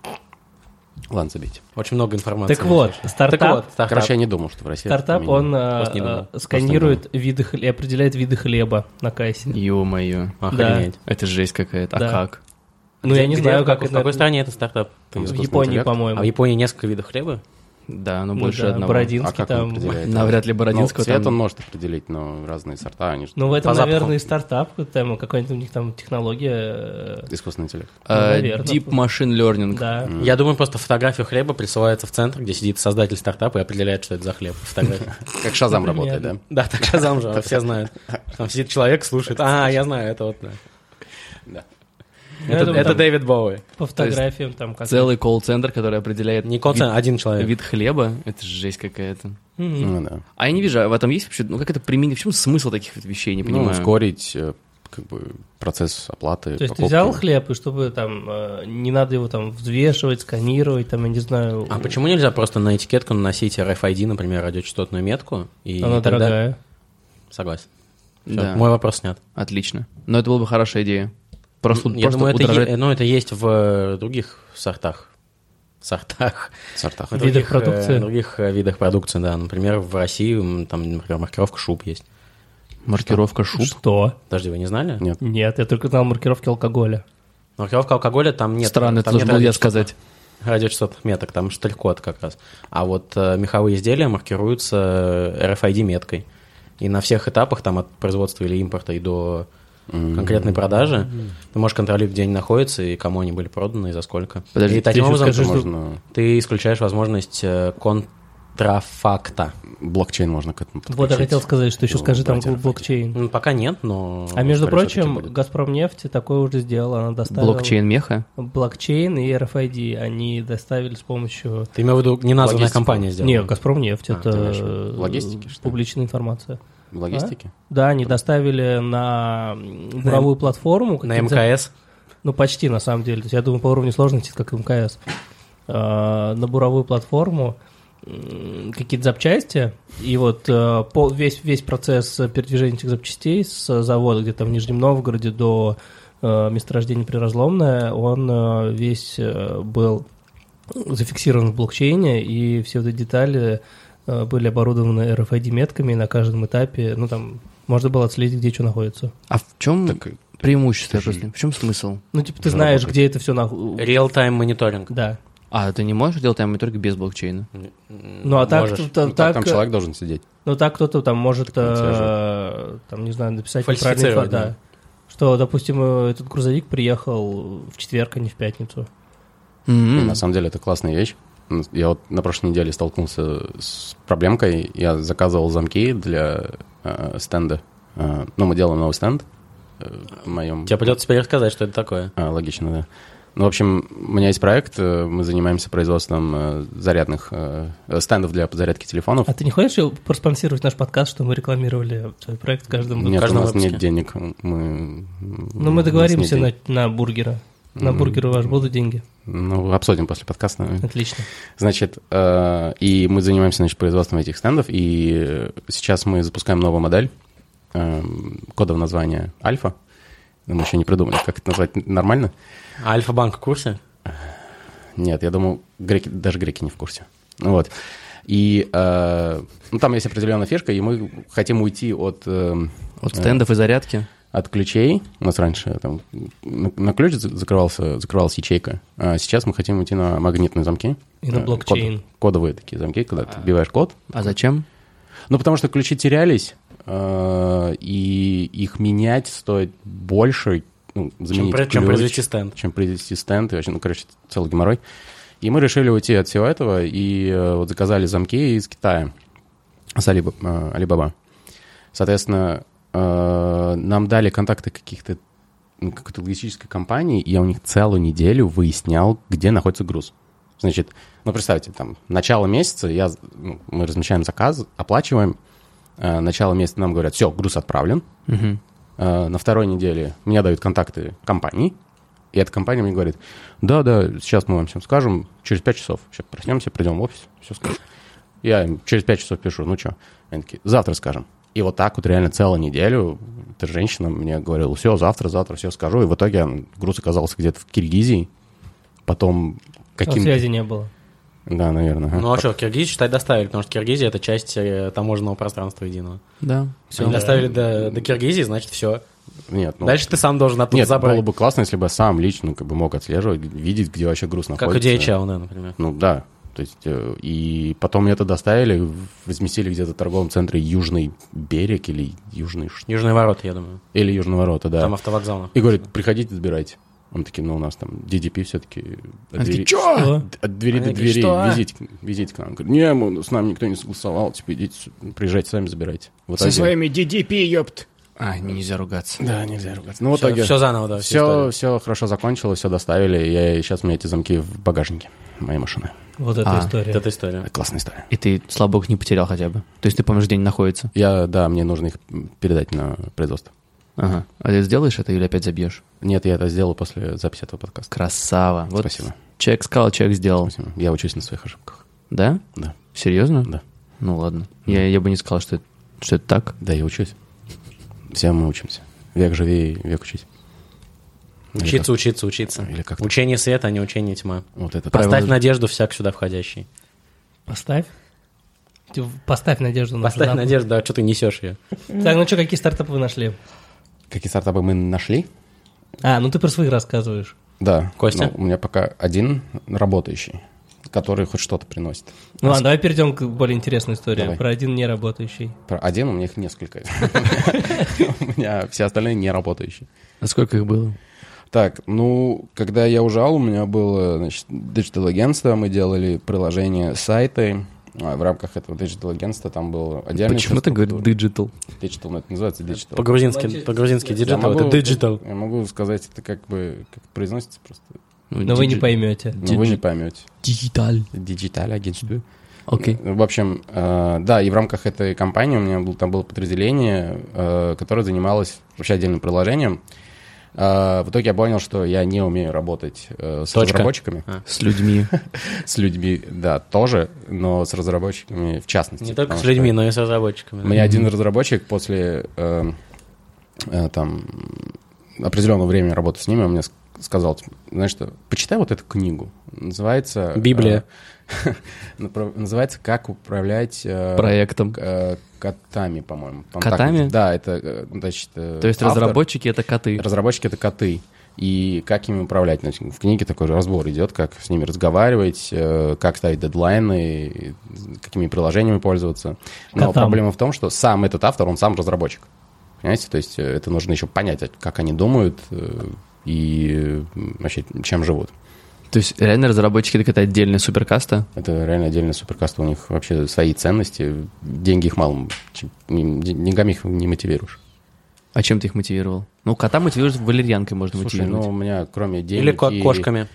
D: Ладно, забейте.
A: Очень много информации.
B: Так вот, стартап,
A: Так вот, стартап.
D: Короче, я не думал, что в России... это
B: стартап,
D: применимо.
B: он а,
A: Просто не думал.
B: а,
A: Просто
B: сканирует виды хле- и определяет виды хлеба на кассе.
C: Ё-моё.
A: Ну, Охренеть.
C: Это жесть какая-то. А
B: Да.
C: как?
B: Ну, я не
A: Где,
B: знаю,
A: в
B: как
A: какой-
B: это...
A: В какой стране это стартап?
D: Там
B: В
D: искусственный
B: Японии,
D: интеллект.
A: А в
B: по-моему.
A: Японии несколько видов хлеба?
C: Да, но
B: Ну
C: больше
B: да,
C: одного.
D: А
B: Бородинский
D: как он
B: там.
D: определяет?
C: Навряд ли Бородинского
D: Ну, цвет
C: там-
D: он может определить, но разные сорта, они же...
B: Ну, в этом,
A: По запаху.
B: наверное, и стартап, там какая-нибудь у них там технология. э,
D: Искусственный интеллект.
C: Э,
B: наверно.
C: Deep Machine Learning.
B: Да.
A: Я думаю, просто фотографию хлеба присылается в центр, где сидит создатель стартапа и определяет, что это за хлеб. Фотография.
D: Как Шазам
B: Например.
D: работает, да?
A: <laughs> Да, так Шазам же, все знают. Там сидит человек, слушает. А, я знаю, это вот. да».
D: Да.
B: Ну, Я
A: Это
B: думаю,
A: это
B: там
A: Дэвид Боуи.
B: По фотографиям там как
C: Целый колл-центр, который определяет
A: Не а Коцен,
C: вид-
A: один человек.
C: вид хлеба. Это жесть какая-то.
B: Мгм.
D: Ну, да.
C: А я не вижу, а в этом есть вообще, ну как это применить, в чем смысл таких вот вещей, не
D: Ну,
C: понимаю.
D: ускорить э, как бы процесс оплаты,
B: То есть ты
D: покупки.
B: взял хлеб, и чтобы там э, не надо его там взвешивать, сканировать, там, я не знаю.
A: А почему нельзя просто на этикетку наносить RFID, например, радиочастотную метку? И
B: Она
A: тогда-
B: дорогая.
A: Согласен. Всё,
C: Да,
A: Мой вопрос снят.
C: отлично. Но это была бы хорошая идея. Просто,
A: Я
C: просто
A: думаю, это,
C: удорожать-
A: е- ну, это есть в э, других сортах.
C: <laughs>
A: Сортах.
D: Сортах.
A: В других, э,
B: Видах продукции.
A: других э, видах продукции, да. Например, в России м, там, например, маркировка шуб есть.
C: маркировка шуб.
B: Что?
A: Подожди, вы не знали?
D: Нет.
B: Нет, я только знал маркировки алкоголя.
A: Маркировка алкоголя там нет.
C: Странно, это
A: там
C: нужно
A: нет
C: было я
A: радиочастот-
C: сказать.
A: радиочастотных меток, там штрих-код как раз. А вот э, меховые изделия маркируются э, RFID-меткой. И на всех этапах, там от производства или импорта и до конкретной продажи, ты можешь контролировать, где они находятся и кому они были проданы и за сколько.
C: Подожди,
A: и таким
C: еще
A: образом
B: скажи, что-
D: Можно...
A: ты исключаешь возможность э, контрафакта.
D: Блокчейн можно к этому
B: Вот я
D: подключить.
B: хотел сказать, что еще
D: Ну,
B: скажи там
D: брать RFID.
B: блокчейн.
A: Ну, пока нет, но...
B: А между
D: скорее всего,
B: прочим,
D: таки будет.
B: Газпром нефть такое уже сделала. Она доставила
C: Блокчейн меха.
B: блокчейн и RFID. Они доставили с помощью...
A: Ты имел в виду неназванная
D: Логистика.
A: компания сделала?
B: Не, Газпром нефть
A: А,
B: это
D: ты имеешь в
B: э,
D: виду логистики, что ли?
B: публичная информация.
D: В логистике?
B: Да, они доставили на м, буровую платформу.
A: На
B: какие-то-
A: МКС?
B: Ну, почти, на самом деле. То есть, я думаю, по уровню сложности, это как МКС. Э, На буровую платформу м, какие-то запчасти, и вот э, пол- весь, весь процесс э, передвижения этих запчастей с завода где-то в Нижнем Новгороде до э, месторождения Приразломное, он э, весь э, был зафиксирован в блокчейне, и все вот эти детали э, были оборудованы RFID-метками, и на каждом этапе, ну, там, можно было отследить, где что находится.
C: А в чем
D: Так, ну,
C: преимущество? я просто не- В чем смысл?
B: Ну, типа, ты знаешь, где это все находится.
A: Real-time мониторинг.
B: Да.
C: А, ты не можешь делать тайминг без блокчейна?
B: Ну а так,
A: Можешь.
B: то- то-
D: Ну, так
B: так, э,
D: там человек должен сидеть.
B: ну так кто-то там может,
D: Так он тебя
B: э, там не знаю, написать
A: Фальсифицировать,
B: неправильный факт,
A: да.
B: да. Что, допустим, э, этот грузовик приехал в четверг, а не в пятницу.
D: И
C: М-м.
D: на самом деле это классная вещь. Ну, Я вот на прошлой неделе столкнулся с проблемкой. Я заказывал замки для э, стенда. Э, ну, мы делаем новый стенд э, в моем...
A: Тебе придется теперь рассказать, что это такое.
D: А, логично, да. Ну, в общем, у меня есть проект. э, Мы занимаемся производством э, зарядных э, э, стендов для зарядки телефонов.
B: А ты не хочешь э, проспонсировать наш подкаст, что мы рекламировали твой проект в каждом?
D: Нет, у
A: каждом
D: нас нет
A: выпуске.
D: денег. Мы...
B: Ну мы договоримся на, на бургера. На бургера у вас будут деньги.
D: Ну, обсудим после подкаста. наверное.
B: Отлично.
D: Значит, э, и мы занимаемся, значит, производством этих стендов, и сейчас мы запускаем новую модель, эм, кодовое название Альфа. Но Мы еще не придумали, как это назвать нормально.
A: А Альфа-банк в курсе?
D: Нет, я думаю, греки, даже греки не в курсе. Ну Вот. И э, ну, там есть определенная фишка, и мы хотим уйти от, эм,
C: От стендов и зарядки.
D: от ключей. У нас раньше там на, на ключ за- закрывался, закрывалась ячейка, а сейчас мы хотим уйти на магнитные замки.
B: И на
D: Э, код-
B: блокчейн.
D: кодовые такие замки, когда ты вбиваешь код,
C: А зачем?
D: Ну, потому что ключи терялись, э, и их менять стоит больше, ну,
A: Чем,
D: заменить
A: при- чем
D: ключ,
A: произвести стенд?
D: чем произвести стенд, и вообще, ну, короче, целый геморрой. И мы решили уйти от всего этого, и э, вот заказали замки из Китая, с Алиба- э, Алибаба. Соответственно, э, нам дали контакты каких-то ну, какой-то логистической компании, и я у них целую неделю выяснял, где находится груз. Значит, ну, представьте, там, начало месяца, я, ну, мы размещаем заказ, оплачиваем, э, начало месяца нам говорят, все, груз отправлен,
C: Мгм.
D: Э, На второй неделе мне дают контакты компаний. И эта компания мне говорит, да-да, сейчас мы вам всем скажем, через 5 часов. Сейчас проснемся, придем в офис, все скажем. Я им через 5 часов пишу, ну что? Они такие, завтра скажем. И вот так вот реально целую неделю эта женщина мне говорила, все, завтра, завтра все скажу. И в итоге груз оказался где-то в Киргизии. Потом
B: А
D: каким...
B: связи не было.
D: Да, наверное.
A: Ну а что, Киргизию, считай, доставили, потому что Киргизия — это часть э, таможенного пространства единого.
C: Да.
A: Все, Они доставили до, до Киргизии, значит, все.
D: Нет, ну...
A: Дальше ты сам должен оттуда
D: Нет,
A: забрать.
D: было бы классно, если бы я сам лично как бы мог отслеживать, видеть, где вообще груз
A: Как у
D: находится.
A: DHL, да, например.
D: Ну да. То есть, э, и потом мне это доставили, в- разместили где-то в торговом центре Южный берег или Южный... ш-
A: Южные ворота, я думаю.
D: Или Южного ворота, да.
A: Там автовокзал. находится.
D: И говорит, приходите, забирайте. Он такие, ну у нас там DDP все-таки... От, двери-
B: Что?
D: от- от двери
A: Они
D: до
A: такие,
D: двери,
A: «Что, а?»
D: визит, визит к нам. Говорит, не, мы- с нами никто не согласовал, типа идите, с- приезжайте сами, забирайте. В
E: Со
D: итоге-
E: своими DDP, ёпт.
C: А, нельзя ругаться.
D: Да, нельзя ругаться. Ну, в
A: Все,
D: итоге...
A: всё заново, да, всю
D: Все,
A: историю.
D: все хорошо закончилось, все доставили. Я, сейчас у меня эти замки в багажнике моей машины.
B: Вот эта
C: А,
A: Вот
B: история.
A: эта история.
D: Классная история.
C: И ты, слава богу, не потерял хотя бы. То есть ты помнишь, где они находятся.
D: Я, да, мне нужно их передать на производство.
C: Ага. А ты сделаешь это или опять забьешь?
D: Нет, я это сделал после записи этого подкаста.
C: Красава. Вот
D: Спасибо.
C: Человек сказал, человек сделал.
D: Спасибо. Я учусь на своих ошибках.
C: Да?
D: Да.
C: Серьезно?
D: Да.
C: Ну ладно. Я, я бы не сказал, что это, что это так.
D: Да, я учусь. Все мы учимся. Век живи, век учись. Или
A: Учиться, учиться, учиться.
D: Или как-то.
A: Учение света, а не учение тьма.
D: как- Вот это
A: Поставь
D: правило.
A: надежду всяк сюда входящий.
B: Поставь. Ты в- Поставь надежду
C: Ну,
B: на
A: Поставь
B: стартап.
A: надежду, да, что ты несешь ее.
B: Так, ну что, какие стартапы вы нашли?
D: Какие стартапы мы нашли?
B: А, ну ты про своих рассказываешь.
D: Да.
A: Костя?
D: Ну, у меня пока один работающий, который хоть что-то приносит.
B: Ну ладно, давай перейдем к более интересной истории.
D: Давай.
B: Про один неработающий.
D: Про- Один, у меня их несколько. <laughs> У меня все остальные не работающие.
C: А сколько их было?
D: Так, ну, когда я ужал, у меня было, значит, диджитал-агентство, мы делали приложение, сайты, А в рамках этого диджитал-агентства там был отдельный...
C: Почему ты говоришь Э, digital?
D: Диджитал, ну, это называется диджитал.
A: По-грузински, по-грузински
D: Я
A: диджитал, это
D: могу-
A: диджитал.
D: Я могу сказать, это как бы как это произносится просто.
C: Ну,
B: Но вы не поймете.
D: но вы не поймете.
C: Digital.
D: Диджитал-агентство.
C: Окей.
D: Ну, В общем, э, да, и в рамках этой компании у меня был, там было подразделение, э, которое занималось вообще отдельным приложением. Э, В итоге я понял, что я не умею работать э, с
A: Точка.
D: разработчиками,
C: С <laughs> людьми.
D: с людьми, да, тоже, но с разработчиками в частности.
A: Не только
D: потому
A: с
D: что
A: людьми, но и с разработчиками.
D: У
A: да.
D: меня один разработчик после э, э, там определенного времени работы с ними, он мне ск- сказал, типа, знаешь что, почитай вот эту книгу. Называется... э, <laughs>
A: Библия.
D: напра- Называется «Как управлять э,
C: Проектом.
D: к- э, котами, по-моему. По-моему, так
C: Котами?
D: называется. да, это, э, значит... э,
C: То есть
D: автор-
C: разработчики это коты.
D: Разработчики — это коты. И как ими управлять? Значит, в книге такой разбор идет, как с ними разговаривать, э, как ставить дедлайны, и какими приложениями пользоваться. Но
B: Котам.
D: проблема в том, что сам этот автор, он сам разработчик. Понимаете? То есть э, это нужно еще понять, а как они думают э, и э, вообще чем живут.
C: То есть реально разработчики это какая-то отдельная суперкаста?
D: Это реально отдельный суперкаст. У них вообще свои ценности. Деньги их мало. Чем- м, ден- Деньгами их не мотивируешь.
C: А чем ты их мотивировал? Ну, кота мотивируешь валерьянкой можно
D: Слушай,
C: мотивировать.
D: ну у меня кроме денег
A: Или
D: и-
A: ко- кошками.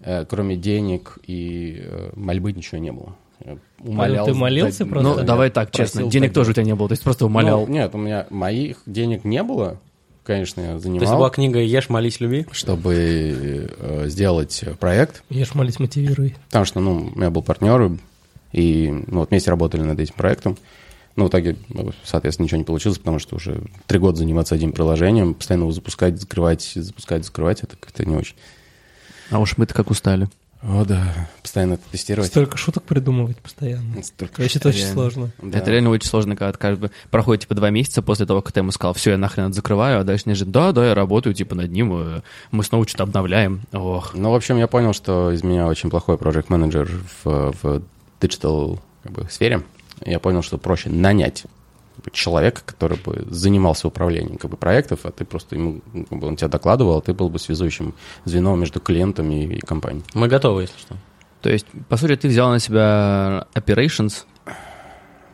D: э, кроме денег и э, мольбы ничего не было. Я умолял
B: ты
D: за-
B: молился
D: за-
B: просто?
C: Ну,
D: да,
C: давай
D: я
C: так, честно.
D: просил
C: Денег
D: так
C: тоже у
D: делать.
C: тебя не было, то есть просто умолял.
D: Ну, нет, у меня моих денег не было. Конечно, я
A: То есть была
D: занимал,
A: книга «Ешь, молись, люби».
D: чтобы э, сделать проект.
B: Ешь, молись, мотивируй.
D: Потому что, ну, у меня был партнер, и мы вот вместе работали над этим проектом. Но в итоге, ну, соответственно, ничего не получилось, потому что уже три года заниматься одним приложением, постоянно его запускать, закрывать, запускать, закрывать, это как-то не очень.
C: А уж мы-то как устали.
D: О, да. Постоянно это тестировать.
B: Столько шуток придумывать постоянно.
D: Столько
B: Вообще это очень сложно.
D: Да.
C: Это реально очень сложно, когда как бы проходит типа два месяца после того, как ты ему сказал, все, я нахрен это закрываю, а дальше неожиданно, да, да, я работаю типа над ним, э, мы снова что-то обновляем. Ох.
D: Ну, в общем, я понял, что из меня очень плохой проект менеджер в, в digital как бы, сфере. Я понял, что проще нанять человека, который бы занимался управлением как бы, проектов, а ты просто ему, как бы, он тебя докладывал, а ты был бы связующим звеном между клиентами и, и компанией.
A: Мы готовы, если что.
C: То есть, по сути, ты взял на себя operations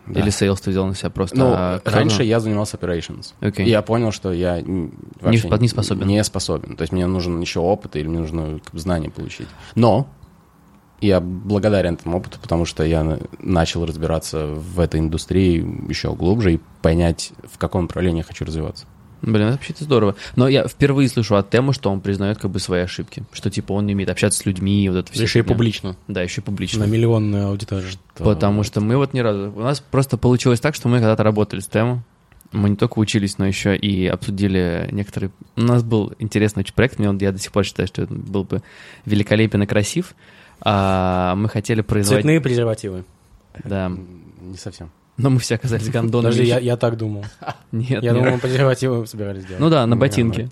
D: Да.
C: или sales ты взял на себя просто?
D: Ну,
C: а, как
D: раньше
C: оно?
D: я занимался operations.
C: Окей.
D: И я понял, что я н- вообще
C: впо- не способен.
D: Не способен. То есть мне нужен еще опыт или мне нужно как бы, знания получить. Но я благодарен этому опыту, потому что я на- начал разбираться в этой индустрии еще глубже и понять, в каком направлении я хочу развиваться.
C: Блин, это вообще-то здорово. Но я впервые слышу от Тему, что он признает как бы свои ошибки. Что типа он не умеет общаться с людьми. Вот это все.
A: Еще и публично.
C: Да, еще и публично.
A: На миллионную аудиторию.
C: Потому что мы вот ни разу... У нас просто получилось так, что мы когда-то работали с Тему. Мы не только учились, но еще и обсудили некоторые... У нас был интересный очень проект, мне он, я до сих пор считаю, что это был бы великолепен и красив. А, мы хотели производить...
A: Цветные презервативы.
C: Да.
D: Не совсем.
C: Но мы все оказались гондонами.
A: Подожди, я, я так думал.
C: Нет,
A: я
C: нет.
A: думал, презервативы собирались делать.
C: Ну да, на ботинке.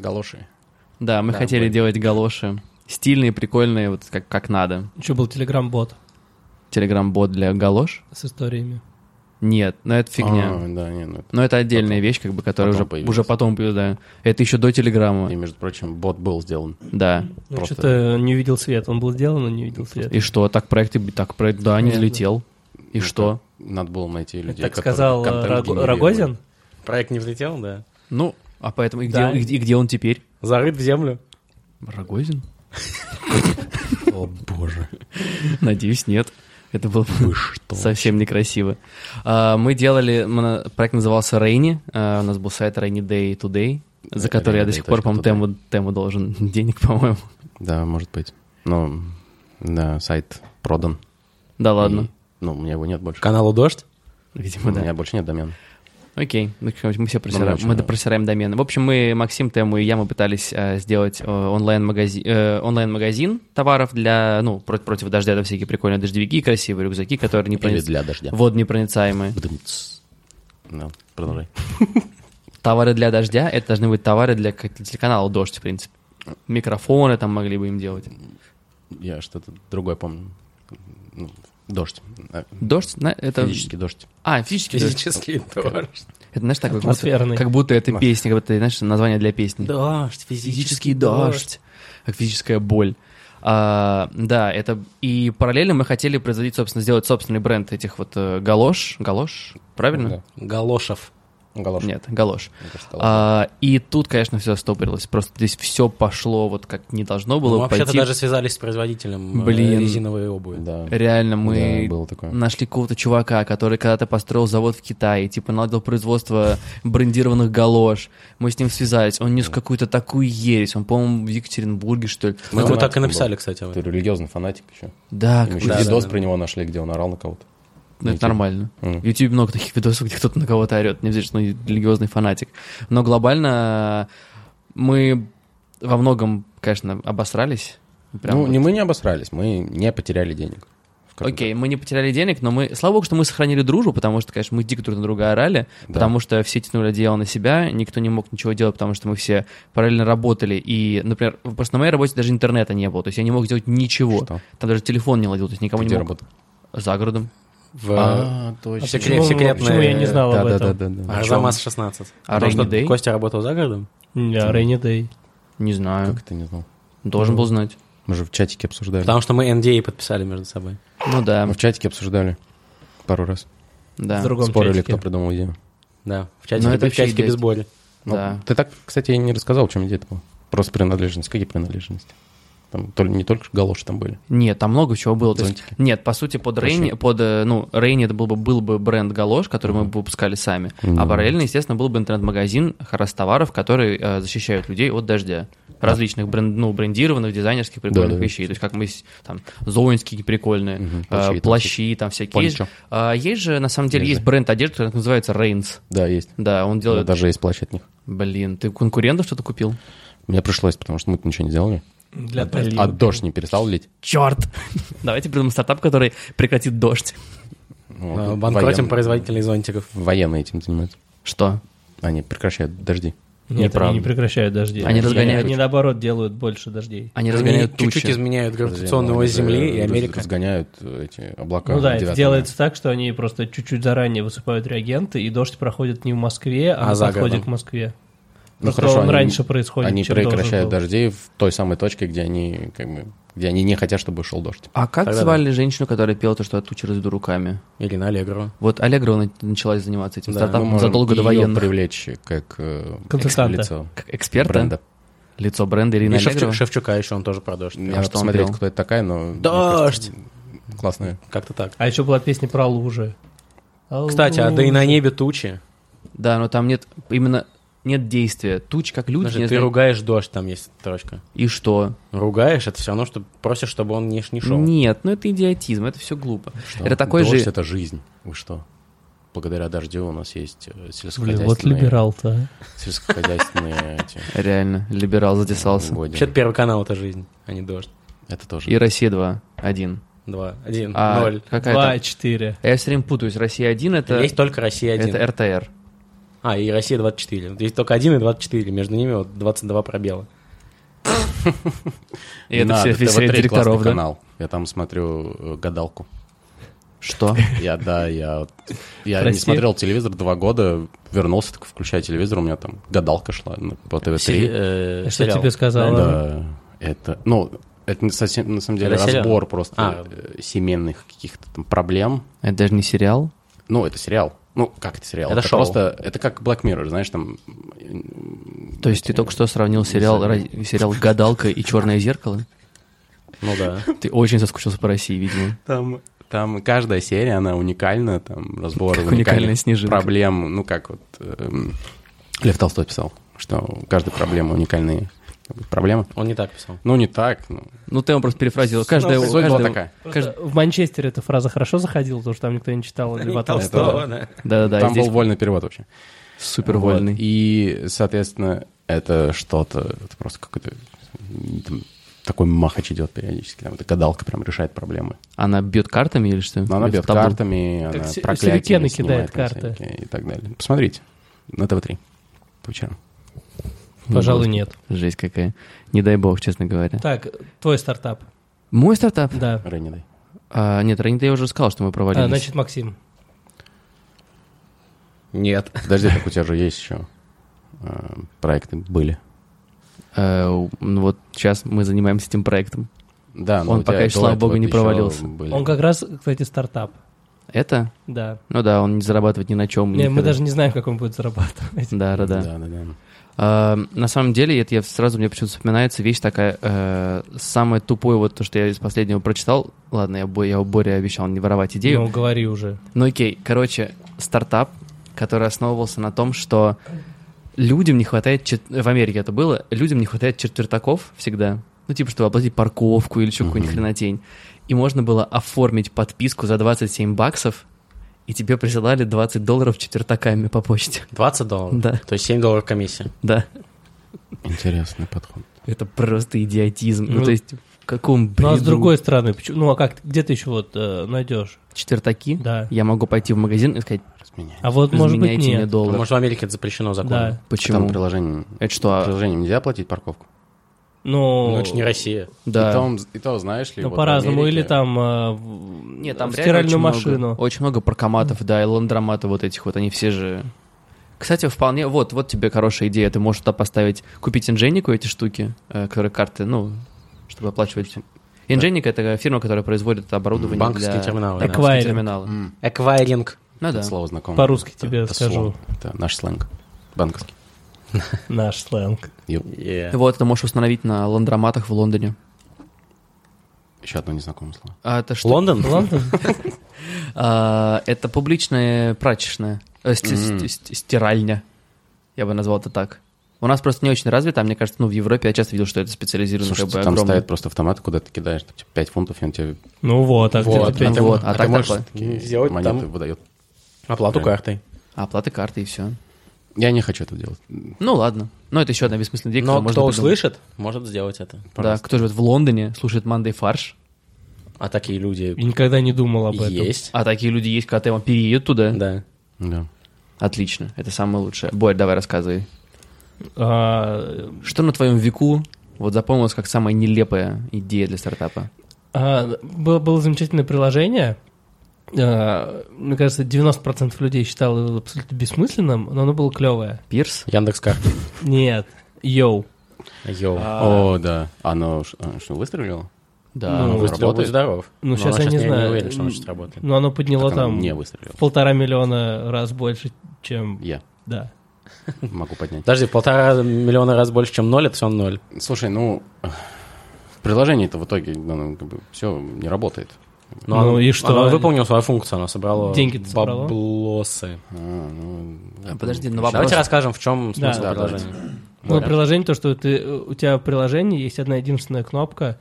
D: Галоши.
C: Да, мы
D: Да,
C: хотели
D: были.
C: делать галоши. Стильные, прикольные, вот как, как надо.
B: Еще был телеграм-бот
C: Телеграм-бот для галош?
B: с историями.
C: Нет, но это фигня.
D: А, да, не, ну это-
C: Но это отдельная вещь, как бы, которая
D: потом
C: уже,
D: появилась.
C: уже потом появилась, да. Это еще до Телеграма,
D: И, между прочим, бот был сделан.
C: да.
B: Я
D: Просто-
B: что-то Ну, не увидел свет. Он был сделан, но не увидел свет.
C: И что, так проект, и- так проект, да, не
B: Понятно.
C: взлетел. И
D: Ну,
C: что?
D: Надо было найти людей,
B: Так
D: которые
B: сказал
D: контент
B: э, Рог-
D: генерировали.
B: Рогозин.
A: Проект не взлетел, да.
C: Ну, а поэтому, и где,
B: Да.
C: и где- и где он теперь?
A: Зарыт в землю.
C: Рогозин?
D: <laughs> О, боже.
C: Надеюсь, нет. Это было бы
D: Вы что?
C: Совсем некрасиво. А, Мы делали, м, проект назывался Rainy, а, у нас был сайт Rainy Day Today, за который я до сих пор, по-моему,
D: Rainy Day
C: тему, тему должен <laughs> денег, по-моему.
D: Да, может быть. Но, да, сайт продан.
C: Да ладно,
D: И, ну, у меня его нет больше.
A: Каналу «Дождь».
D: У
C: видимо,
D: меня
C: да.
D: больше нет домен.
C: Окей, ну, короче, мы все просираем,
D: очень
C: мы да
D: мало.
C: просираем домены. В общем, мы, Максим, Тему и я, мы пытались э, сделать э, онлайн-магазин, э, онлайн-магазин товаров для, ну, про- против дождя, это всякие прикольные дождевики, красивые рюкзаки, которые не
D: Или
C: прониц...
D: для дождя.
C: водонепроницаемые.
D: Бдымц. Ну, продолжай.
C: Товары для дождя — это должны быть товары для как- телеканала «Дождь», в принципе. Микрофоны там могли бы им делать.
D: Я что-то другое помню. Ну, Дождь. Э,
C: Дождь, на- это...
D: Физический дождь.
C: А, физический дождь.
A: Физический дождь.
C: Это, знаешь, так, как будто,
B: Атмосферный.
C: как будто это песня, как будто, знаешь, название для песни.
A: Дождь,
C: Физический дождь. Как физическая боль. А, да, это... И параллельно мы хотели производить, собственно, сделать собственный бренд этих вот э, галош. Галош? Правильно?
D: Да.
A: Галошев.
D: Галош.
C: Нет, галош.
D: Мне кажется,
C: А, и тут, конечно, все стопорилось. Просто здесь все пошло вот как не должно было
A: Мы Ну, вообще-то
C: пойти.
A: даже связались с производителем э,
C: Блин.
A: резиновой обуви.
D: Да.
C: Реально, э, мы
D: Да, было такое.
C: нашли какого-то чувака, который когда-то построил завод в Китае, типа наладил производство брендированных галош. Мы с ним связались, он нес какую-то такую ересь, он, по-моему, в Екатеринбурге, что ли.
A: Мы ему
D: Фанатик
A: так и
D: был.
A: написали, кстати. об
D: Ну, Ты
A: этом.
D: религиозный фанатик еще.
C: Да,
D: Мы
C: какой-
D: еще
A: да,
D: видос
A: да.
D: про него нашли, где он орал на кого-то. типа,
C: ну, это нормально.
D: Мгм.
C: В Ютубе много таких видосов, где кто-то на кого-то орет, не обязательно, что он религиозный фанатик. Но глобально мы во многом, конечно, обосрались. Прям
D: ну,
C: вот.
D: не мы не обосрались, мы не потеряли денег. В каком-то-
C: Окей, мы не потеряли денег, но мы... Слава богу, что мы сохранили дружбу, потому что, конечно, мы дико друг на друга орали,
D: Да.
C: потому что все тянули одеяло на себя, никто не мог ничего делать, потому что мы все параллельно работали. И, например, просто на моей работе даже интернета не было, то есть я не мог делать ничего.
D: Что?
C: Там даже телефон не ладил, то есть никому
D: Ты
C: не
D: где
C: мог. А,
D: работал?
C: За городом.
A: В
D: А,
A: секре-
D: точно.
B: А почему-
A: секретные-
B: почему я не знал об этом?
D: Да-да-да.
A: Арзамас-16.
C: А
A: э, Потому
C: Rainy Day?
A: что Костя работал за городом.
B: Да, Rainy Day.
C: Не знаю.
D: Как ты не знал?
C: Должен был знать.
D: Мы же в чатике обсуждали.
A: Потому что мы NDA подписали между собой.
C: Ну да,
D: Мы в чатике обсуждали пару раз.
B: В
C: да.
B: другом
D: Спорили,
B: чатике.
D: кто придумал идею.
A: Да, в
C: Но
A: чатике, в
C: это
A: чатике
C: вообще
A: без боли.
D: Ну,
C: Да.
D: Ты так, кстати, и не рассказал, в чем идея была. Просто принадлежность. Какие принадлежности? Там то ли- не только галоши там были.
C: Нет, там много чего было. То есть-
D: Зонтики.
C: нет, по сути, под
D: Хорошо.
C: Рейни, под, э, ну, Рейни это был бы, был бы бренд Галош, который мы бы выпускали сами. А
D: Мгм.
C: параллельно, естественно, был бы интернет-магазин товаров, которые э, защищают людей от дождя. Различных бренд, ну, брендированных, дизайнерских прикольных
D: Да-да-да.
C: вещей. То есть, как мы с- там зоинские прикольные,
D: Мгм,
C: э,
D: плащи
C: плащи,
D: там
C: там всякие. Есть,
D: Пончо.
C: а, есть же, на самом деле,
D: Есть
C: есть,
D: же.
C: бренд одежды, который называется Рейнс.
D: Да, есть. Ну,
C: Да, он делает...
D: Даже есть плащ от них.
C: Блин, ты у конкурентов что-то купил?
D: Мне пришлось, потому что мы ничего не сделали.
B: Для
D: А дождь не перестал лить.
C: Черт! <laughs> Давайте придумаем стартап, который прекратит дождь.
D: Ну,
A: Э,
B: А,
D: вот
A: Банкротим
D: воен-
A: производителей зонтиков.
D: Военные этим занимаются.
C: Что?
D: Они прекращают дожди.
B: Нет, они
C: Неправда.
B: не прекращают дожди.
C: Они разгоняют.
B: Они, наоборот, делают больше дождей.
C: Они
A: Они
C: разгоняют тучи.
A: чуть-чуть изменяют гравитационную ось
D: Подожди, ну, они
A: Земли, и
D: же раз-
A: Америка
D: Разгоняют эти облака.
B: Ну да, это
D: девятые.
B: делается так, что они просто чуть-чуть заранее высыпают реагенты, и дождь проходит не в Москве, а,
A: А за
B: подходит
A: городом.
B: к Москве.
D: Ну
B: Просто
D: хорошо,
B: он
D: они-
B: раньше происходит,
D: Они
B: чем должен
D: прекращают
B: был.
D: дожди в той самой точке, где они как бы, где они не хотят, чтобы шел дождь.
C: А как
A: Тогда
C: звали женщину, которая пела то, что я тучи разведу руками?
A: Ирина Аллегрова.
C: Вот Аллегрова на- началась заниматься
A: Да,
C: этим
D: Мы
C: стартапом
D: можем
C: задолго до
D: ее
C: военных.
D: привлечь как э,
B: Консультанта.
D: лицо
C: Как эксперта?
D: бренда.
C: Лицо бренда
A: И
C: Ирина
A: Шевчу-
C: Аллегрова?
A: Шевчука еще, он тоже про дождь.
D: Надо
C: А что он
D: посмотреть,
C: пел?
D: кто это такая, но...
A: Дождь!
D: мне кажется, Классная.
A: Как-то так.
B: А еще была песня про лужи.
D: а
A: Кстати, а да и на небе тучи.
C: Да, но там нет именно... нет действия. Туч как люди.
A: Подожди,
C: не
A: ты
C: знают-
A: ругаешь дождь, там есть строчка.
C: И что?
A: Ругаешь, это все равно, что просишь, чтобы он не, ш- не шел.
C: Нет, ну это идиотизм, это все глупо.
D: Что?
C: Это такой
D: Дождь
C: же-
D: это жизнь. Вы что? Благодаря дождю у нас есть э,
B: Блин,
D: сельскохозяйственные...
B: вот либерал-то. а.
D: Сельскохозяйственные эти
C: Реально, либерал задесался.
D: угодья.
A: Вообще-то Первый канал — это жизнь, а не дождь.
D: Это тоже.
C: И Россия 2, 1.
A: Два, один,
C: А
A: ноль.
C: какая там? А
B: Два, четыре.
C: Я все время путаюсь. Россия 1 это,
A: Есть только Россия один.
C: это РТР.
A: А, и Россия 24. Есть только один и 24. Между ними вот 22 пробела.
C: И это
D: На
C: все,
D: ДТВ3
C: весь ряд
D: классный
C: директоров, да?
D: канал. Я там смотрю э, гадалку.
C: Что?
D: Я, да, я, вот- я не
B: Прости.
D: смотрел телевизор два года, вернулся, так включаю телевизор, у меня там гадалка шла ну, по
A: Сери-
D: ТВ-3.
A: э,
B: Что
A: сериал.
B: тебе сказала?
D: Да, это, ну, это не совсем, на самом деле,
A: Это сериал?
D: разбор просто
A: А.
D: э, семейных каких-то там проблем.
C: Это даже не сериал.
D: Ну, это сериал. Ну, как это сериал?
A: Это шоу. Ну
D: просто, это как Black Mirror, знаешь, там...
C: То есть ты только что сравнил сериал,
D: знаю.
C: Ра- сериал «Гадалка» и «Черное зеркало»?
A: Ну да.
C: Ты очень соскучился по России, видимо.
D: Там, там каждая серия, она уникальна, там разбор
C: Как уникальная снежинка.
D: проблем, ну, как вот эм, Лев Толстой писал, что у каждой проблемы уникальные как бы, проблемы.
A: Он не так писал.
D: Ну, не так. Ну,
C: Ну, ты его просто перефразил. Каждая,
D: Суть была
C: каждая-
D: такая.
B: Просто В Манчестере эта фраза хорошо заходила, потому что там никто не читал Льва Толстого.
C: Да-да-да,
D: Там
C: здесь
D: был вольный перевод вообще.
C: супер вольный.
D: Вот. И, соответственно, это что-то, это просто какой-то там такой махач идет периодически. Там эта гадалка прям решает проблемы.
C: Она бьет картами или что?
D: Но она
C: Или
D: бьет
C: в табу?
D: картами,
B: Как
D: она
B: си-
D: проклятиями
B: сюрикены кидает
D: снимает там
B: карты.
D: всякие И так далее. Посмотрите на ТВ-3 по вечерам.
B: Пожалуй,
D: Ну,
B: нет.
C: Ну, Жесть какая. Не дай бог, честно говоря.
B: Так, твой стартап.
C: Мой стартап?
B: Да.
D: Ренни Дэй.
C: А, нет, ранее я уже сказал, что мы провалились.
B: А, Значит, Максим.
A: Нет.
D: Подожди, так у тебя же есть еще э, проекты были.
C: Э, ну вот сейчас мы занимаемся этим проектом.
D: Да, но
C: Он
D: у тебя
C: пока еще,
D: до
C: слава
D: этого
C: богу, не
D: еще
C: провалился.
D: были.
B: Он как раз, кстати, стартап.
C: Это?
B: Да.
C: Ну да, он не зарабатывает ни на чем.
B: Не, мы даже не знаем, как он будет зарабатывать.
C: Да, да, да.
D: Да, да, да.
C: А, на самом деле, это я сразу мне почему-то вспоминается вещь такая, э, самое тупое вот то, что я из последнего прочитал. Ладно, я, Бо- я у Бори обещал не воровать идею.
B: Ну, говори уже.
C: Ну окей, короче, стартап, который основывался на том, что людям не хватает, чет- в Америке это было, людям не хватает четвертаков всегда. Ну, типа, чтобы оплатить парковку или еще какую-нибудь хренотень. И можно было оформить подписку за 27 баксов, и тебе присылали 20 долларов четвертаками по почте.
A: 20 долларов?
C: Да.
A: То есть 7 долларов комиссия.
C: Да.
D: Интересный подход.
C: Это просто идиотизм. Ну,
B: Ну,
C: то есть, в каком бреду?
B: Ну, а с другой стороны, почему- ну, а как, где ты еще вот э, найдешь?
C: Четвертаки?
B: Да.
C: Я могу пойти в магазин и сказать,
D: Разменяй.
B: А вот, может быть,
C: разменяйте мне
B: нет.
A: А
C: доллар.
A: Может, в Америке это запрещено законом?
B: Да.
D: Там
C: Почему?
D: приложение...
C: Это что? а-
D: Приложением нельзя платить парковку?
B: Ну,
A: Ну, это же не Россия.
D: И,
C: Да.
D: там- и то, знаешь ли...
B: ну,
D: вот в
B: по-разному.
D: Америке-
B: Или там, э, в-
C: Нет, там
B: в
C: реально
B: стиральную
C: очень
B: машину.
C: Много, очень много паркоматов, да, и ландроматов вот этих вот, они все же... Кстати, вполне, вот, вот тебе хорошая идея, ты можешь туда поставить, купить Инженику эти штуки, э, которые карты, ну, чтобы оплачивать. Инженика — это фирма, которая производит оборудование
A: Банковские
C: для...
A: терминалы,
C: да,
A: да.
C: банковские
B: Эквайринг.
C: терминалы.
D: М,
A: Эквайринг.
C: Ну
D: это
C: да.
D: слово знакомое.
B: По-русски
D: Это-
B: тебе
D: это
B: скажу.
D: слово. Это наш сленг банковский.
B: Наш сленг.
D: Ё.
A: Yeah.
C: Вот, ты можешь установить на ландроматах в Лондоне.
D: Еще одно незнакомое слово.
C: А это что?
A: Лондон?
B: Лондон?
C: А, это публичная прачечная, э, сти- сти- сти- стиральня, я бы назвал это так. У нас просто не очень развито, а мне кажется, ну, в Европе я часто видел, что это специализированный
D: Слушай,
C: как бы,
D: там
C: огромный-
D: стоят просто автоматы, куда ты кидаешь, там, типа, 5 фунтов, и он тебе...
B: Ну вот, а
A: Вот,
B: где ты
A: а
B: пять-
C: вот, а
D: ты
C: так
D: можешь
C: такое.
D: такие
A: Сделать
D: монеты
A: там.
D: выдает.
A: Оплату
D: Да.
A: картой.
C: Оплаты карты и все.
D: Я не хочу это делать.
C: Ну ладно. Ну, это еще одна бессмысленная идея,
A: Но
C: которую
A: кто
C: можно придумать.
A: услышит, может сделать это.
C: Да, кто живет в Лондоне, слушает Мандай Фарш.
A: А такие люди
B: И никогда не думал об этом.
A: есть.
C: А такие люди есть, когда ты вам переедет туда.
A: Да.
D: Да.
C: Отлично, это самое лучшее. Борь, давай рассказывай.
B: А,
C: Что на твоем веку вот запомнилось как самая нелепая идея для стартапа?
B: а, Было было замечательное приложение. А, Мне кажется, 90% людей считало его абсолютно бессмысленным, но оно было клевое.
C: Пирс?
A: Яндекс карты.
B: Нет. Йоу.
A: Йоу.
B: А.
D: О, да. Оно ш- а, что, выстрелило?
C: Да.
B: Ну,
A: Ну, выстрел будь
D: работает.
A: здоров.
B: Ну,
A: Но
B: сейчас
A: она
B: я не
A: щас
B: знаю.
A: Не уверен, что она сейчас работает.
B: Но оно подняло
D: Так оно
B: там
D: не выстрелило.
B: в полтора миллиона раз больше, чем...
D: Я
B: Да.
D: могу поднять.
A: Подожди, в полтора миллиона раз больше, чем ноль, это все ноль.
D: ну, Слушай, ну, приложение-то в итоге, ну, как бы, все не работает.
A: Но
B: Ну
A: оно-
B: и что?
A: Оно выполнило свою функцию, оно собрало
B: Деньги-то собрало?
A: баблосы.
D: А, ну,
C: А, Подожди, ну
A: Давайте
C: вопрос...
A: расскажем, в чем
B: Да.
A: смысл
D: Да,
A: предложения.
B: Ну, приложение то, что ты, э, у тебя в приложении есть одна единственная кнопка.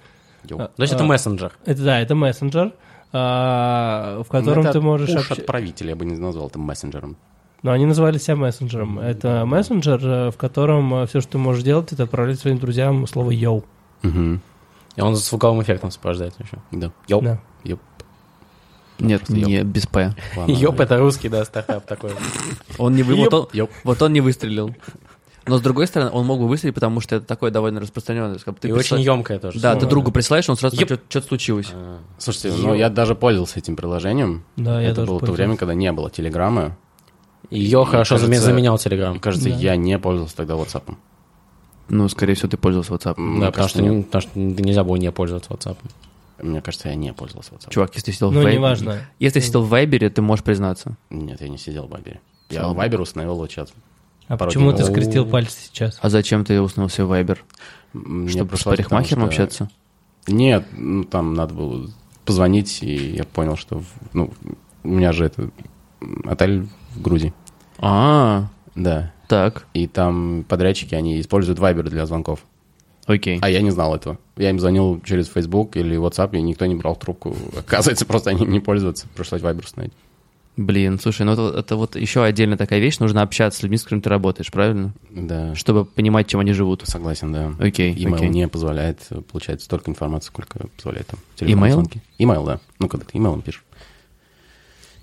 D: Йоу.
B: А,
A: То есть это
B: а,
A: мессенджер.
B: Это да, это мессенджер, а, в котором
D: Это
B: ты можешь...
D: пуш
B: обща-
D: от правителя, я бы не назвал это мессенджером.
B: Но они называли себя мессенджером. Это мессенджер, э, в котором все, что ты можешь делать, это отправлять своим друзьям слово «йоу».
A: И он с звуковым эффектом сопровождается еще.
D: Да.
A: Йоп.
B: Да. <laughs>
D: Йоп.
C: Нет, не, без П.
D: Ладно,
A: Йоп, это русский, да, стартап <laughs> такой.
C: Он не вы... вот, он,
D: Ёп.
C: вот он не выстрелил. Но с другой стороны, он мог бы выстрелить, потому что это такое довольно распространенное. как бы ты
A: И
C: присла-
A: очень емкое тоже.
C: Да, ты
A: слово. А.
C: другу присылаешь, он сразу
A: Ёп.
C: что-то случилось.
D: Слушайте, ну я даже пользовался этим приложением.
B: Да, я
D: это
B: тоже
D: было то
B: пользовался.
D: время, когда не было Телеграма.
A: Ее хорошо заме-
D: кажется,
A: заменял
D: Мне
A: Телеграм.
D: кажется,
B: Да.
D: я не пользовался тогда WhatsApp.
C: Ну, скорее всего, ты пользовался WhatsApp. ну,
A: Да, Ну, потому что, не- потому что нельзя было не пользоваться WhatsApp.
D: Мне кажется, я не пользовался WhatsApp.
C: Чувак, если ты сидел
B: Ну,
C: в Вайбере...
B: неважно.
C: Если ты сидел в Вайбере, ты можешь признаться.
D: Нет, я не сидел в Viber. Я
C: Слава
D: Viber установил вот сейчас.
B: А
D: Пару
B: почему
D: дней.
B: ты скрестил
A: О.
B: пальцы сейчас?
C: А зачем ты установился в Вайбер?
D: М, мне
C: Чтобы с
D: пришлось, потому
C: парикмахером
D: что-
C: общаться?
D: Нет, ну там надо было позвонить, и я понял, что... в- Ну, у меня же это... м, Отель в Грузии.
C: А,
D: Да.
C: так,
D: И там подрядчики, они используют Viber для звонков.
C: окей.
D: А я не знал этого. Я им звонил через Facebook или WhatsApp, и никто не брал трубку. <laughs> Оказывается, просто они не пользуются. Пришлось Viber установить.
C: Блин, слушай, ну это, это вот еще отдельная такая вещь. Нужно общаться с людьми, с которыми ты работаешь, правильно?
D: Да, что
C: Чтобы понимать, чем они живут.
D: согласен, да.
C: Окей,
D: Email
C: окей.
D: не позволяет э, получать столько информации, сколько позволяет там
C: Email?
D: звонки. Email, да. Ну, когда ты email пишешь.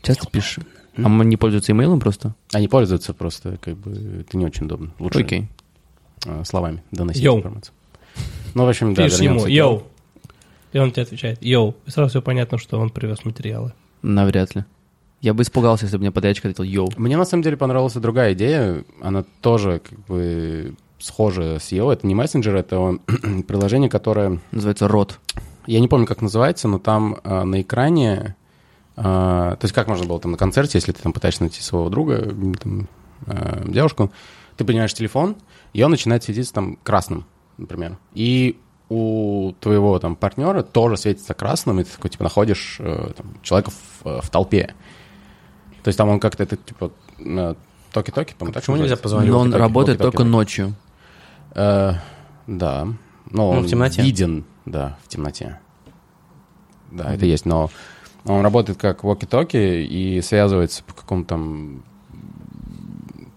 C: Часто пишешь. А м- не пользуются имейлом просто?
D: Они пользуются просто, как бы, это не очень удобно. Лучше
C: Окей.
D: э, словами доносить
B: Йоу.
D: информацию. Ну, в общем, да,
B: Пишешь ему
D: вернемся к-
B: «йоу». И он тебе отвечает «йоу». И сразу все понятно, что он привез материалы.
C: Навряд ли. Я бы испугался, если бы мне подрядчик ответил «Йоу».
D: Мне на самом деле понравилась и другая идея. Она тоже как бы схожа с его. Это не мессенджер, это он- <clears throat> приложение, которое...
C: Называется «Рот».
D: Я не помню, как называется, но там а, на экране... а, то есть как можно было там на концерте, если ты там пытаешься найти своего друга, м, там, а, девушку, ты поднимаешь телефон, и он начинает светиться там красным, например. И у твоего там партнера тоже светится красным, и ты такой, типа, находишь э, там, человека в, э, в толпе. То есть там он как-то, это, типа, э, токи-токи, по-моему, так
A: Почему нельзя
D: называется?
A: позвонить?
C: Но он
D: Walkie-talkie,
C: работает
D: walkie-talkie.
C: только ночью.
D: Э, да. Но
A: Ну,
D: он
A: в темноте.
D: виден, да, в темноте. Да, это есть, но он работает как walkie-talkie и связывается по какому-то там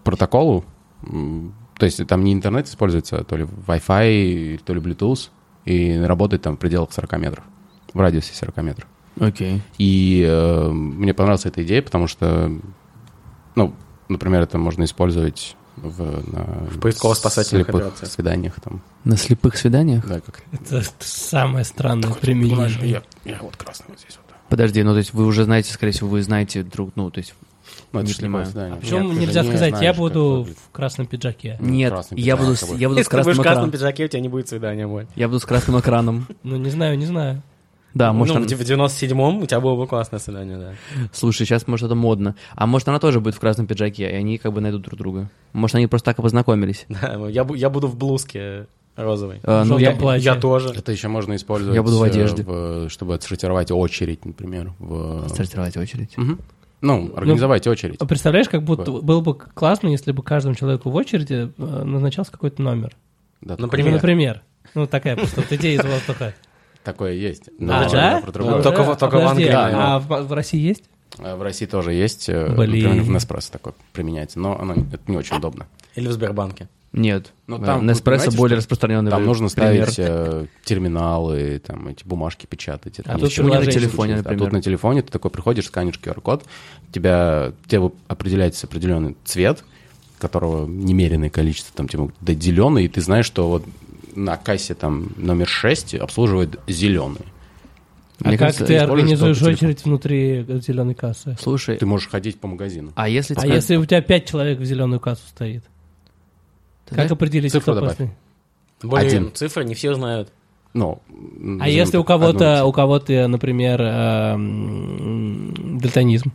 D: протоколу. М, То есть там не интернет используется, а то ли Wi-Fi, то ли Bluetooth. И работает там в пределах 40 метров. В радиусе 40 метров.
C: Окей.
D: И э, мне понравилась эта идея, потому что, ну, например, это можно использовать в, на-
A: В поисково-спасательных
D: слепых
A: операциях.
D: свиданиях там.
C: На слепых свиданиях?
D: Да, как
B: Это самое странное
D: типа
B: применение.
D: я, вот красный вот здесь вот.
C: Подожди, ну то есть вы уже знаете, скорее всего, вы знаете друг, ну то есть...
D: Ну,
C: Не
D: это слепое
C: понимаю.
D: свидание.
B: Почему
D: Нет, ты
B: нельзя
D: же не
B: сказать «я
D: знаешь, как
B: буду
D: выглядит.
B: в красном пиджаке»?
D: Ну,
C: Нет,
D: красный
C: я
D: пиджак
C: буду,
D: с
C: с-
D: собой.
C: я буду с
A: Если ты будешь
C: красным
A: в красном
C: экраном.
A: пиджаке, у тебя не будет свидания, Боль.
C: Я буду с красным экраном.
B: Ну, не знаю, не знаю.
C: Да, А, может,
A: ну,
C: он-
D: типа.
A: в 97-м у тебя было бы классное свидание, да. <laughs>
C: Слушай, сейчас, может, это модно. А может, она тоже будет в красном пиджаке, и они как бы найдут друг друга. Может, они просто так и познакомились.
A: Да, я, бу- я буду в блузке розовой.
C: А, ну,
B: Жёлтом
C: я-
B: платье.
A: Я тоже.
D: Это еще можно использовать,
C: Я буду в
D: э,
C: одежде.
D: в- чтобы отсортировать очередь, например. в-
C: Сортировать очередь.
D: Мгм. Ну, организовать очередь.
B: А представляешь, как будто было бы классно, если бы каждому человеку в очереди э, назначался какой-то номер.
D: Да,
B: Ну,
A: Например?
B: например. Ну, такая просто вот идея из воздуха.
D: такое- Такое есть.
B: А,
A: Ну,
D: Но
A: зачем?
D: я про другое.
A: Ну, только в- только в
B: Подожди,
A: Англии,
B: А в в России есть?
D: А В России тоже есть. э,
B: Блин.
D: Например, в Неспрессо такое применяется, но оно не- это не очень удобно.
A: Или в Сбербанке.
C: Нет.
D: Ну,
C: Э,
D: там, вы
C: Неспрессо
D: понимаете,
C: более
D: что
C: распространенный
D: Там
C: пример.
D: нужно ставить э, терминалы, там эти бумажки печатать. и там
B: тут
D: еще какие-то
B: приложение.
D: штуки.
C: На А телефоне,
D: А тут
C: например.
D: на телефоне ты такой приходишь, сканишь QR-код, тебя, тебе определяется определенный цвет, которого немеренное количество, там, типа, да, зеленый, и ты знаешь, что вот на кассе там номер 6 обслуживает зеленый.
B: А
C: Мне
B: как
C: кажется,
B: ты
D: используешь
B: организуешь
D: только телефон.
B: очередь внутри зеленой кассы?
C: Слушай,
D: Ты можешь ходить по магазину.
C: а если...
B: А
C: тебе-
B: если у тебя пять человек в зеленую кассу стоит?
C: Ты
B: Как
C: знаешь,
B: определить,
D: цифру
B: кто
D: добавь.
B: последний?
A: Более
D: Один.
A: цифры не все знают.
D: Ну,
B: А если у кого-то, у кого-то, например, эм, дальтонизм?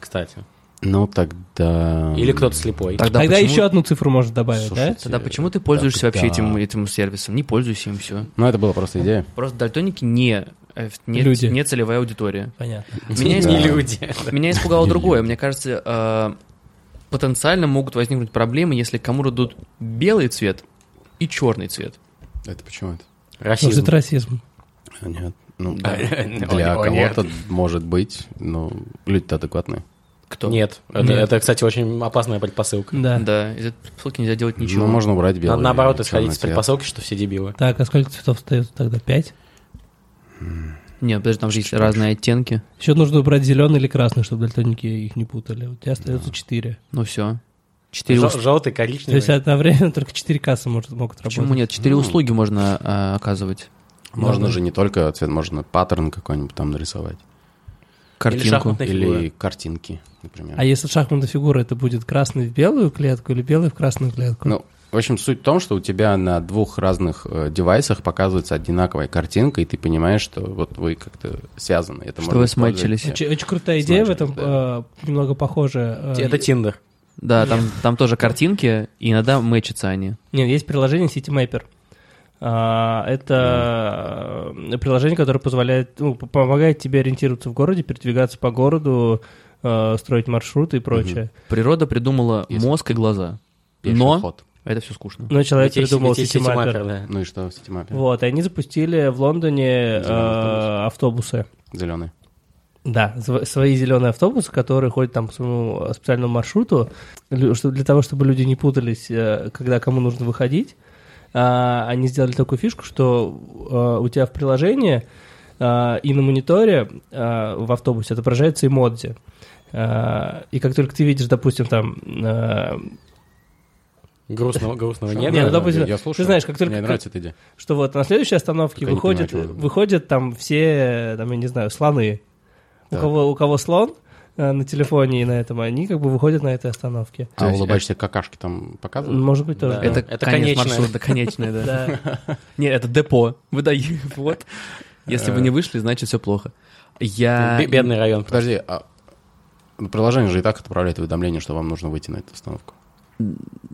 A: Кстати.
D: Ну, тогда...
A: Или кто-то слепой. <laughs>
C: Тогда,
B: Тогда
C: почему-
B: еще одну цифру можно добавить, да?
D: Слушайте,
C: Тогда почему ты пользуешься
D: так,
C: вообще
D: да.
C: этим, этим сервисом? Не пользуйся им, все.
D: Ну, это была просто идея.
C: Просто дальтоники не э, не,
B: Люди.
C: не целевая аудитория.
B: Понятно.
C: Меня,
D: Да.
A: Не
C: испугало-
A: люди.
C: меня испугало
D: Не
C: другое.
D: люди.
C: Мне кажется, э, потенциально могут возникнуть проблемы, если кому-то дадут белый цвет и черный цвет.
D: Это почему это?
B: Потому Ну, что
A: Расизм.
B: это
A: <laughs>
B: расизм.
D: Нет. Ну,
C: Да.
D: для кого-то может быть, но люди-то адекватные.
C: Кто?
A: Нет. Это,
B: Нет.
A: это, кстати, очень опасная предпосылка.
B: Да.
C: Да, из этой ссылки нельзя делать ничего.
D: Ну, можно убрать белый.
A: Надо наоборот исходить
D: черный
A: из
D: цвет.
A: предпосылки, что все дебилы.
B: Так, а сколько цветов остается тогда? Пять?
C: Нет, подожди, там же есть разные оттенки.
B: Еще нужно убрать зеленый или красный, чтобы дальтоники их не путали. У тебя остается четыре.
C: Ну все. Четыре
A: Жел-
C: ус-
A: Желтый,
B: То есть
A: коричневый.
B: одновременно <laughs> только четыре кассы может, могут работать.
C: Почему нет?
D: Ну.
C: Четыре услуги можно э, оказывать.
D: Можно же не только цвет, можно паттерн какой-нибудь там нарисовать.
C: Картинку.
A: шахматный. Паттерн
D: Или картинки, например.
B: А если шахматная фигура, это будет красный в белую клетку или белый в красную клетку?
D: Ну, в общем, суть в том, что у тебя на двух разных э, девайсах показывается одинаковая картинка, и ты понимаешь, что вот вы как-то связаны. Это
C: Что
D: можно
C: вы
D: использовать.
C: смачились.
B: Очень, очень крутая идея в
D: Смотри,
B: этом, э, немного похожа. э,
A: Это Тиндер.
C: Да, там, там тоже картинки, и иногда мэчатся они.
B: Нет, есть приложение CityMapper. А, Это э, приложение, которое позволяет, ну, п- помогает тебе ориентироваться в городе, передвигаться по городу, э, строить маршруты и прочее.
C: Природа придумала
D: Есть.
C: мозг и глаза.
D: Пеший
C: Но
D: ход.
C: это все скучно.
B: Но человек
A: Детей-
B: придумал
A: детей
B: CityMapper.
A: сетимаппер, да.
D: Ну и что в сетимапе?
B: Вот, и они запустили в Лондоне э,
D: Зелёный
B: автобусы.
D: Зеленый.
B: Да, зв- свои зеленые автобусы, которые ходят там по своему э, специальному маршруту, лю- чтоб- для того, чтобы люди не путались, э, когда кому нужно выходить. А, Они сделали такую фишку, что э, у тебя в приложении э, и на мониторе э, в автобусе отображается эмодзи. Э, И как только ты видишь, допустим, там... э,
A: Грустного, грустного
D: Что?
A: нет. ну,
B: нет,
D: ну Да,
B: допустим,
D: я- я
B: ты
D: слушаю.
B: знаешь, как только-
D: Мне нравится эта идея.
B: Что вот на следующей остановке
D: Только я не понимаю,
B: выходят,
D: о чём вы.
B: выходят там все, там, я не знаю, слоны. У,
D: Так.
B: кого, у кого слон э, на телефоне и на этом, они как бы выходят на этой остановке.
D: А
C: То есть
D: улыбаешься какашки там показывают?
B: Может быть, тоже.
A: Да.
B: да.
C: Это,
A: Это
C: конец
A: конечное.
C: маршрута,
D: <laughs>
C: конечное, да.
B: Да.
C: Не, это депо. Вы даете, вот. Если
D: Э.
C: вы не вышли, значит все плохо. Я...
D: Ну,
A: Б- Бедный район.
D: Подожди, а ну, приложение же и так отправляет уведомление, что вам нужно выйти на эту установку. <laughs>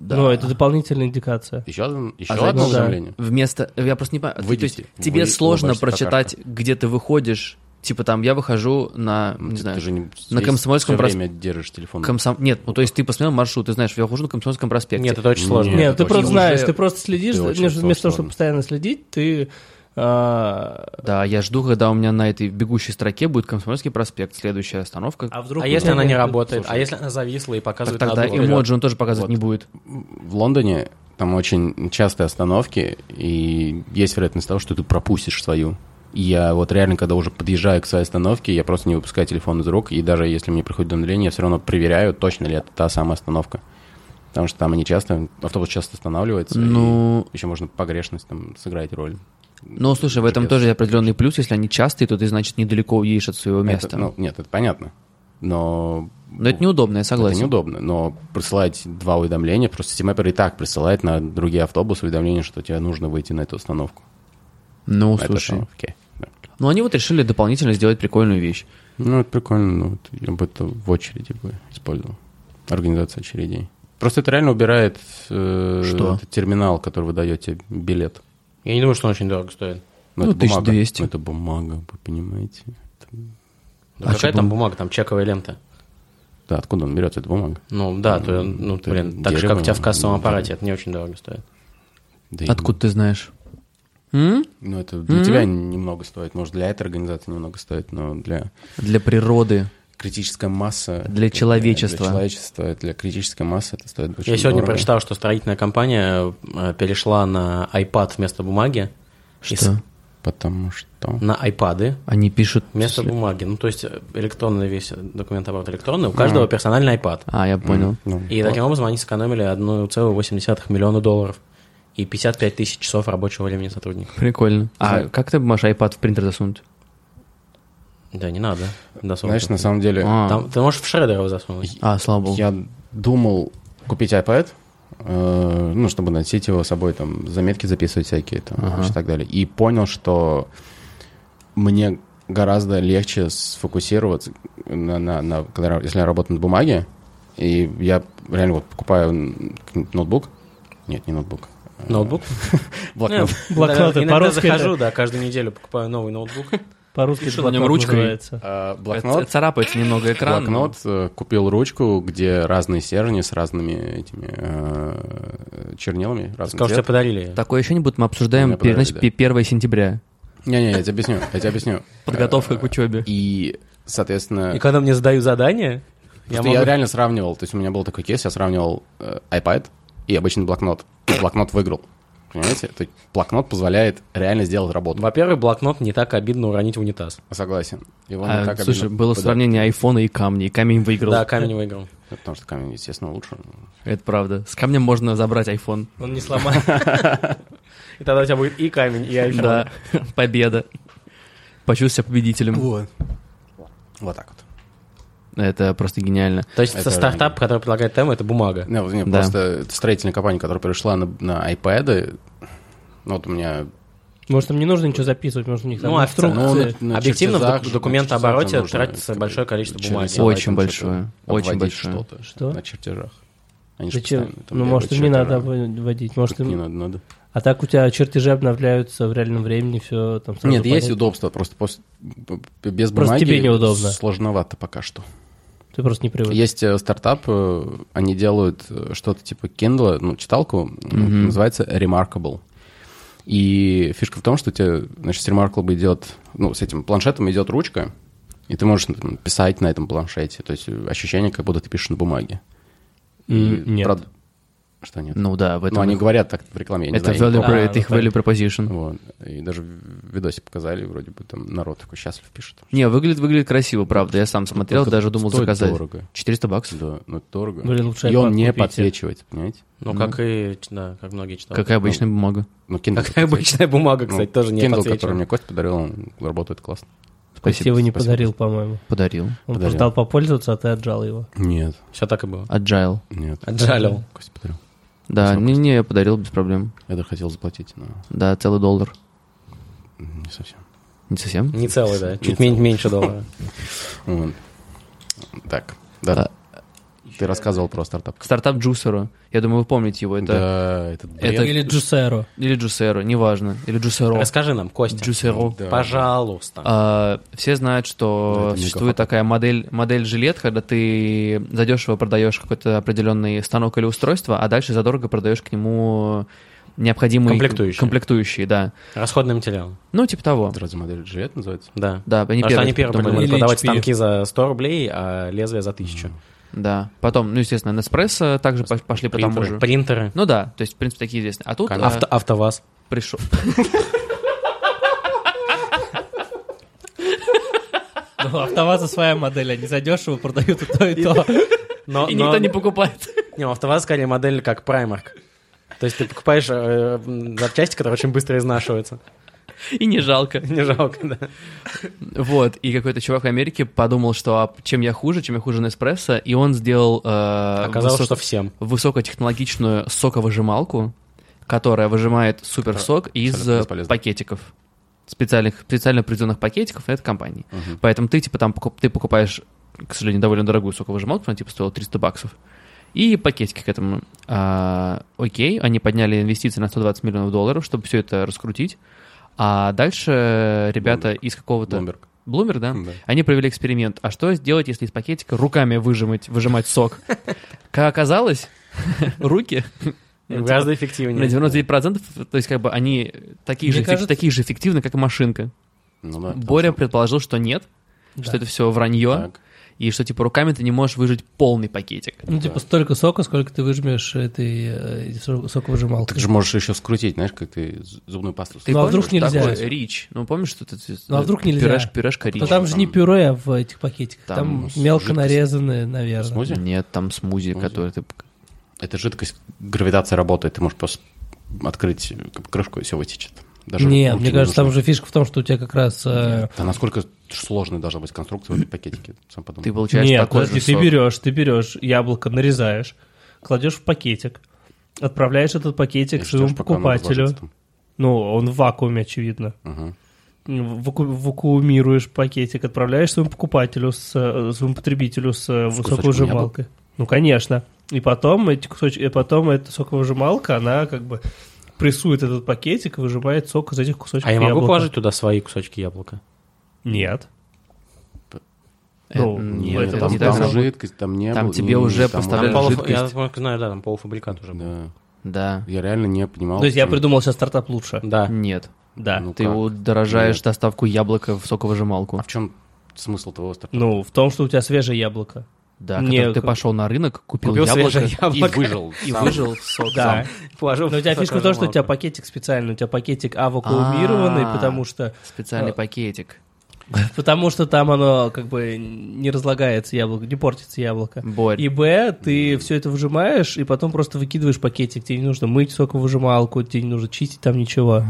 C: Да.
D: ну,
B: Но это дополнительная индикация.
D: Еще, одно- еще
C: А
D: одно
C: зачем?
D: уведомление?
C: Вместо... Я просто не понимаю. То есть
D: Выйдите.
C: тебе
D: Вы
C: сложно
D: улыбаешься
C: прочитать, где ты выходишь. Типа там, я выхожу на...
D: Ну,
C: Не
D: ты-
C: знаю.
D: ты же не
C: на
D: весь-
C: Комсомольском
D: всё
C: прос-
D: время держишь телефон.
C: Комсом... Нет, ну то есть ты посмотрел маршрут, ты знаешь, я выхожу на Комсомольском проспекте.
A: Нет, это очень
D: Нет.
A: сложно.
B: Нет, ну,
D: это
B: ты
D: очень
B: просто
C: уже-
B: знаешь, ты просто следишь,
D: Это очень
B: знаешь, вместо того,
D: сложно.
B: чтобы постоянно следить, ты... а,
C: Да, я жду, когда у меня на этой бегущей строке будет Комсомольский проспект, следующая остановка.
B: А вдруг...
A: А если она не
B: Слушай,
A: работает? А если она зависла и
C: Так
A: показывает
C: тогда
A: надолго?
C: эмоджи он тоже показывать
D: Вот.
C: не будет.
D: В Лондоне там очень частые остановки, и есть вероятность того, что ты пропустишь свою. И я вот реально, когда уже подъезжаю к своей остановке, я просто не выпускаю телефон из рук, и даже если мне приходит уведомление, я все равно проверяю, точно ли это та самая остановка. Потому что там они часто, автобус часто останавливается,
C: Ну-
D: еще можно погрешность там сыграть роль.
C: Ну, слушай, в этом
D: GPS.
C: тоже определенный плюс. Если они частые, то ты, значит, недалеко уедешь от своего места.
D: Это, ну, нет, это понятно. Но
C: Но это неудобно, я согласен.
D: Это неудобно, но присылать два уведомления, просто Симэпер и так присылает на другие автобусы уведомление, что тебе нужно выйти на эту остановку.
C: Ну,
D: На эту
C: слушай.
D: остановку. Да.
C: Ну, они вот решили дополнительно сделать прикольную вещь.
D: Ну, это прикольно, ну, вот я бы это в очереди бы использовал. Организация очередей. Просто это реально убирает э,
C: Что?
D: этот терминал, который вы даете билет.
A: Я не думаю, что он очень дорого стоит.
D: Но
C: Ну,
D: это бумага.
C: 1200.
D: Ну, это бумага, вы понимаете. Это-
A: Да
C: А
A: какая
C: чё
A: там
C: бум-
A: бумага, там чековая лента.
D: Да, откуда он берется, эта бумага?
A: Ну да, то, ну,
D: это
A: блин, так же, как
D: дерево,
A: у тебя в кассовом
D: ну,
A: аппарате, это не очень дорого стоит.
D: Да и-
C: Откуда ты знаешь? М?
D: Ну, это для тебя немного стоит. Может, для этой организации немного стоит, но для
C: Для природы.
D: критическая масса...
C: Для человечества.
D: Для человечества, для критической массы это стоит очень
A: Я сегодня
D: дорого.
A: прочитал, что строительная компания э, перешла на iPad вместо бумаги. И с-
C: Что?
D: Потому что...
A: На iPады
C: Они пишут...
A: вместо бумаги. Ну, то есть э, электронный весь документ оборот электронный, у каждого персональный iPad.
C: А, я понял.
D: Ну,
A: И таким образом они сэкономили 1,8 миллиона долларов и 55 тысяч часов рабочего времени сотрудников.
C: Прикольно. А
D: Знаю.
C: как ты можешь iPad в принтер засунуть?
A: Да, не надо. до сорок.
D: знаешь, на самом деле,
C: А,
A: Там, ты можешь в Шредера его засунуть.
C: а, слава богу.
D: Э, я думал купить iPad, э, ну, чтобы носить его с собой, там, заметки записывать всякие, там,
C: Ага.
D: и так далее. И понял, что мне гораздо легче сфокусироваться, на, на- на- когда, если я работаю на бумаге, и я реально вот покупаю м, ноутбук, нет, не ноутбук,
A: Ноутбук?
D: блокнот,
A: Нет,
B: Блокноты,
A: иногда
B: по-русски
A: захожу,
B: это-
A: да, каждую неделю покупаю новый ноутбук.
B: По-русски
C: Пишу
B: это
C: на нем
B: блокнот
C: ручкой.
B: называется.
D: А,
C: Блокнот?
D: Блокнот.
C: Царапается немного экран.
D: Блокнот э, купил ручку, где разные стержни с разными этими э, чернилами. разный
A: Скажу, тебе
D: цвет.
A: передарили.
C: Такое ощущение, будто мы обсуждаем
D: Мне понравилось,
C: перенос
D: да.
C: 1 сентября.
D: Не-не, я тебе объясню, я тебе
C: <laughs>
D: объясню.
C: Подготовка
D: Э,
C: к учебе.
D: И, соответственно,
A: И когда мне задают задание, я
D: Просто
A: могу...
D: я, реально сравнивал, то есть у меня был такой кейс, я сравнивал э, iPad и обычный блокнот. И Блокнот выиграл. Понимаете? То есть блокнот позволяет реально сделать работу.
A: Во-первых, блокнот не так обидно уронить в унитаз.
D: Согласен. Его
C: А,
D: не так
C: слушай,
D: обидно
C: было
D: подать,
C: сравнение айфона и камня, и камень выиграл.
A: Да, камень выиграл.
D: Потому что камень, естественно, лучше.
C: Это правда. С камнем можно забрать айфон.
B: Он не сломает.
A: И тогда у тебя будет и камень, и айфон.
C: Да, <laughs> победа. Почувствуй себя победителем.
D: Вот. Вот так вот.
C: Это просто гениально.
A: То есть
D: Это
A: стартап, который предлагает тему, это бумага.
D: Не, Ну, вот, не,
C: Да.
D: Просто строительная компания, которая перешла на, на iPad, ну, вот у меня...
B: Может, им не нужно ничего записывать, может, у них там
A: Ну, официально.
D: ну,
B: инструкции.
D: на
A: Объективно в
D: чертежах
A: док-
D: же, на
A: документообороте
D: чертежах же
A: тратится
D: как бы
A: большое количество
D: что
A: бумаги.
D: рисовать,
C: Очень
D: там
C: большое,
D: что-то,
C: очень
D: обводить
C: большое.
D: что-то
B: Что?
D: на чертежах. Они же
B: Зачем?
D: постоянно там
B: Ну, может,
D: бегают
B: им не
D: чертежами.
B: надо вводить. Может,
D: Не
B: им...
D: надо, надо.
B: А так у тебя чертежи обновляются в реальном времени, все там сразу
D: Нет, есть
B: понятно.
D: удобство, просто пос- б- б- без
B: Просто
D: бумаги
B: тебе неудобно.
D: сложновато пока что.
B: Ты просто не привык.
D: Есть э, стартап, э, они делают э, что-то типа Kindle, ну, читалку, э, называется Remarkable. И фишка в том, что у тебя, значит, с Remarkable идет, ну, с этим планшетом идет ручка, и ты можешь м, писать на этом планшете, то есть э, ощущение, как будто ты пишешь на бумаге. И
B: М, нет.
D: прод- Что нет?
C: Ну да, в
D: Ну,
C: этом...
D: они
C: их-
D: говорят так в рекламе, я не
C: Это
D: знаю, я не
C: value
D: помню.
C: pro-
B: А,
C: это их
B: вот
C: value proposition.
D: Вот. И даже в видосе показали, вроде бы там народ такой счастлив пишет.
C: Не, выглядит, выглядит красиво, правда. Я сам смотрел,
D: Только
C: даже думал
D: стоит
C: заказать. Ну,
D: дорого.
C: 400 баксов?
D: Да, но это дорого.
B: Блин, лучше
D: и он
B: iPad
D: не
B: купите.
D: подсвечивается, понимаете?
A: Ну, как и, да, как многие читают.
C: Какая обычная бумага.
D: Ну, Kindle.
A: Какая обычная бумага,
D: Ну,
A: кстати, тоже не
D: Kindle,
A: подсвечивает.
D: который мне Костя подарил, он работает классно.
B: Костя его не
D: спасибо.
B: подарил, по-моему.
C: Подарил.
B: Он
D: Подарил.
B: просто дал попользоваться, а ты отжал его.
D: Нет,
A: Все так и было.
C: Agile.
D: нет.
A: Отжалил.
D: Костя подарил.
C: Да,
D: Спасибо.
C: не-не, я подарил без проблем.
D: Я даже хотел заплатить, но
C: Да, целый доллар.
D: не совсем.
C: Не совсем.
A: Не целый, да.
D: Не
A: Чуть
D: целый.
A: мен- меньше доллара.
D: Вот. Так, да. Ты рассказывал про стартап.
C: Стартап Джусера. Я думаю, вы помните его. Это...
D: Да, этот бред.
C: Это-
B: Или Джусеро.
C: Или Джусеро, неважно. Или Джусеро.
A: Расскажи нам, Костя.
C: Джусеро.
D: Да.
A: Пожалуйста.
C: А, все знают,
D: Да,
A: Ну,
C: что
D: это
C: существует
D: мегафон.
C: такая модель, модель жилет, когда ты задешево продаешь какой-то определенный станок или устройство, а дальше задорого продаешь к нему необходимые
A: Комплектующие.
C: комплектующие, да.
A: Расходный материал.
C: Ну, типа того.
D: Это разве модель жилет называется?
A: Да.
C: Да, они
A: Потому что они первые
C: придумали.
A: придумали
B: Или
A: продавать
B: HP.
A: станки за 100 рублей, а лезвие за 1000.
C: Да. Потом, ну, естественно, Nespresso также пос- пошли по тому же.
A: Принтеры.
C: Ну да, то есть, в принципе, такие известные. А тут
D: Конечно.
A: Авто- АвтоВАЗ.
C: пришел.
B: Ну, АвтоВАЗа своя модель, они задешево продают и то, и
D: <laughs>
B: то.
A: Но,
C: И
A: но-
C: никто не покупает. <laughs>
A: Не, у АвтоВАЗ скорее модель как Primark. То есть ты покупаешь э, м, запчасти, которые очень быстро изнашиваются. <laughs>
C: И не жалко.
A: Не жалко, да.
C: Вот, и какой-то чувак в Америке подумал, что а чем я хуже, чем я хуже Неспрессо, и он сделал э,
A: Оказалось,
C: высо-
A: что всем.
C: высокотехнологичную соковыжималку, которая выжимает суперсок из
D: абсолютно
C: э,
D: бесполезно.
C: пакетиков. Специальных, специально определенных пакетиков этой компании. Поэтому ты, типа, там покуп- ты покупаешь, к сожалению, довольно дорогую соковыжималку, она, типа, стоила 300 баксов. И пакетики к этому. А, окей, они подняли инвестиции на 120 миллионов долларов, чтобы все это раскрутить. А дальше ребята из какого-то...
D: Bloomberg.
C: Блумер, да?
B: Хм.
D: Да.
C: Они провели эксперимент. А что сделать, если из пакетика руками выжимать,
B: <laughs>
C: выжимать сок? Как оказалось, руки
A: Гораздо
C: Ну, типа, на
A: эффективнее.
C: 99%, то есть как бы они такие
B: Мне
C: же, эффек-
B: кажется-
C: такие же эффективны, как и машинка.
D: Ну да, потому
C: Боря
D: что-
C: предположил, что нет, что это все вранье,
D: Так.
C: и что типа руками ты не можешь выжать полный пакетик.
B: Ну, типа, столько сока, сколько ты выжмешь этой э, со- соковыжималкой.
D: Ты же можешь еще скрутить, знаешь, как ты з- зубную пасту.
C: Ты
B: Ну, а
C: помнишь,
B: вдруг
C: что
B: нельзя?
C: такое рич? Ну, помнишь, что это...
B: Ну, а вдруг нельзя? Ну,
C: Пюреш- пюрешка
B: Но
C: рич.
B: там же не пюре а в этих пакетиках,
C: Там
B: там,
D: с
B: мелко
D: жидкостью.
B: нарезанные, наверное.
D: Смузи?
C: Нет, там смузи, который ты...
D: Это жидкость, гравитация работает, ты можешь просто открыть как бы, крышку, и все вытечет. Даже
B: Нет,
D: руки
B: мне
D: не
B: кажется, там
D: нужны.
B: же фишка в том, что у тебя как раз... э,
D: Да насколько сложной должна быть конструкция в этой пакетике, сам подумал.
C: Ты получаешь
B: Нет,
C: такой же
B: подожди, ты
C: сок.
B: берешь, ты берешь яблоко, нарезаешь, кладешь в пакетик, отправляешь этот пакетик
D: И
B: к своему
D: ждёшь, пока оно
B: покупателю.
D: разложится там.
B: Ну, он в вакууме, очевидно.
D: Мгм.
B: Ваку- вакуумируешь пакетик, отправляешь своему покупателю, с, э, своему потребителю с э, соковыжималкой. Ну, конечно. И потом, эти кусоч... и потом эта соковыжималка, она как бы прессует этот пакетик и выжимает сок из этих кусочков
A: А я могу
B: яблока.
A: положить туда свои кусочки яблока?
B: Нет.
C: Э,
B: Ну,
C: нет,
B: это
C: это
D: там
C: не
D: там
C: так работает.
D: жидкость, там не
C: Там
D: было,
C: тебе
D: ну,
C: уже
D: там
C: поставляли
D: уже-
A: полуф-
C: жидкость.
A: Я насколько знаю, да, там полуфабрикат уже был.
D: Да.
C: Да.
D: Я реально не понимал.
B: То есть я
D: почему.
B: придумал сейчас стартап лучше.
A: Да.
C: Нет.
B: Да.
D: Ну
C: Ты
D: как?
C: удорожаешь
D: Нет.
C: доставку яблока в
D: А
C: соковыжималку.
D: в чем смысл твоего стартапа?
B: Ну, в том, что у тебя свежее яблоко.
C: Да,
B: Не,
C: когда ты
B: как-
C: пошел на рынок, купил,
A: Купил
C: <laughs> яблоко,
A: свежее яблоко.
C: и выжил. И выжил в сок
B: Да.
C: сам.
A: Положил
B: Но Ну, у тебя
A: в
B: фишка в том, что у тебя
A: соковыжималку.
B: пакетик специальный, у тебя пакетик авакуумированный,
C: А.
B: потому что,
C: Специальный
B: А.
C: пакетик.
B: потому что там оно как бы не разлагается яблоко, не портится яблоко.
C: Борь.
B: И Б, ты все это выжимаешь, и потом просто выкидываешь пакетик. Тебе не нужно мыть соковыжималку, тебе не нужно чистить там ничего.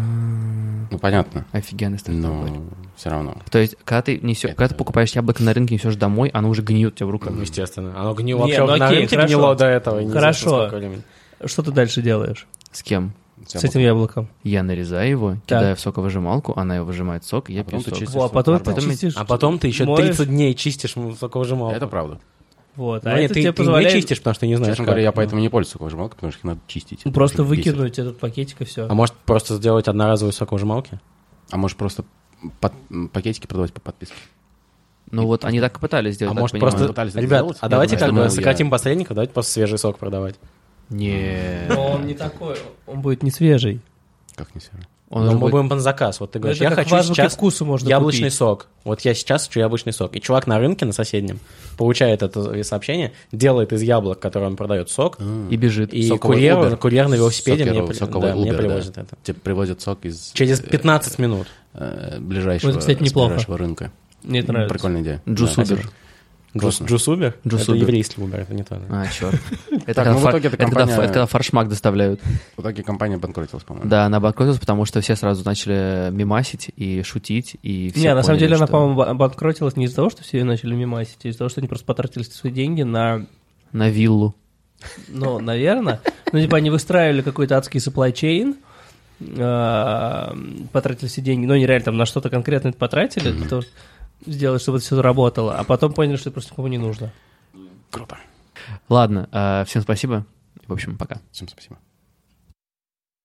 D: Ну, понятно.
C: Офигенный стартап. Борь.
D: Но все равно.
C: То есть, когда ты несешь, когда ты покупаешь яблоко на рынке, несешь домой, оно уже гниет у тебя в руках.
A: Ну, естественно. Оно гнило
B: Не,
A: вообще
B: ну
A: на
B: окей,
A: рынке
B: хорошо.
A: гнило до этого. и неизвестно
B: Хорошо.
A: сколько времени. А
B: Что ты дальше делаешь
C: С кем?
B: с этим яблоком?
C: Я нарезаю его,
B: Так.
C: кидаю в соковыжималку, она его выжимает сок, и я пью
D: Потом ты
C: сок.
D: чистишь.
B: Во, а потом ты
D: Потом-
B: чистишь.
A: А потом ты еще
B: моешь.
A: 30 дней чистишь м, соковыжималку.
D: Это правда.
B: Вот,
A: Ну,
B: а
A: нет,
B: это
A: ты,
B: тебе
A: ты не
B: позволяет
A: чистишь, потому что не знаешь,
D: Честно говоря, я
A: как.
D: поэтому не пользуюсь соковыжималкой, потому что их надо чистить. Это
B: ну. просто
D: уже бесит.
B: выкинуть этот пакетик и все.
A: А может просто сделать одноразовые соковыжималки?
D: А может просто под- м, пакетики продавать по подписке?
C: Ну вот они так и пытались сделать.
A: а
C: так
A: может
C: понимаю.
A: просто...
D: Пытались это
A: Ребят,
D: сделать?
A: а давайте
D: Я
A: как бы
D: думаю, я-
A: сократим посредников, давайте просто свежий сок продавать.
C: Не.
B: Но он не такой, он будет не свежий.
D: Как не все равно.
C: Он
A: Но
C: же
A: Ну, мы
C: будет-
A: будем на заказ. Вот ты
B: Но
A: говоришь,
B: это
A: я
B: как
A: хочу
B: важно,
A: сейчас
B: к вкусу можно
A: яблочный
B: купить.
A: сок. Вот я сейчас хочу яблочный сок. И чувак на рынке, на соседнем, получает это сообщение, делает из яблок, которые он продает, сок,
B: А.
C: и бежит.
A: и
D: Соковый
A: курьер,
D: Uber.
A: курьер на велосипеде мне,
D: Сокер-
A: при-
D: соковый
A: да, мне
D: Uber, да.
A: привозит это.
D: Тебе привозят сок из
A: Через
D: э,
A: 15 минут.
D: э, ближайшего,
B: Вот это, кстати,
D: с
B: неплохо.
D: ближайшего рынка.
B: Мне это нравится.
D: Прикольная идея.
C: Джус
D: Да,
C: Убер.
D: спасибо.
A: Джус,
D: Классно.
A: Джус Убер?
C: Джус
A: это
C: Uber.
A: еврейский Убер, это не то. да.
C: А, черт. Это
D: Так,
C: когда
D: ну, в
C: фар-
D: итоге эта
C: это когда
D: компания-
C: фа- это когда фаршмак доставляют.
D: В итоге компания банкротилась, по-моему.
C: Да, она обанкротилась, потому что все сразу начали э, мимасить и шутить, и все
B: не, на самом
C: поняли,
B: деле она,
C: что
B: по-моему, ба- банкротилась не из-за того, что все ее начали мимасить, а из-за того, что они просто потратили свои деньги на,
C: на виллу.
B: ну, наверное, ну, типа они выстраивали какой-то адский supply chain, э, потратили все деньги, но они реально там на что-то конкретное это потратили, для того, чтобы сделать, чтобы это все заработало, а потом поняли, что это просто никому не нужно.
D: Круто.
C: Ладно, э, всем спасибо. В общем, пока.
D: Всем спасибо.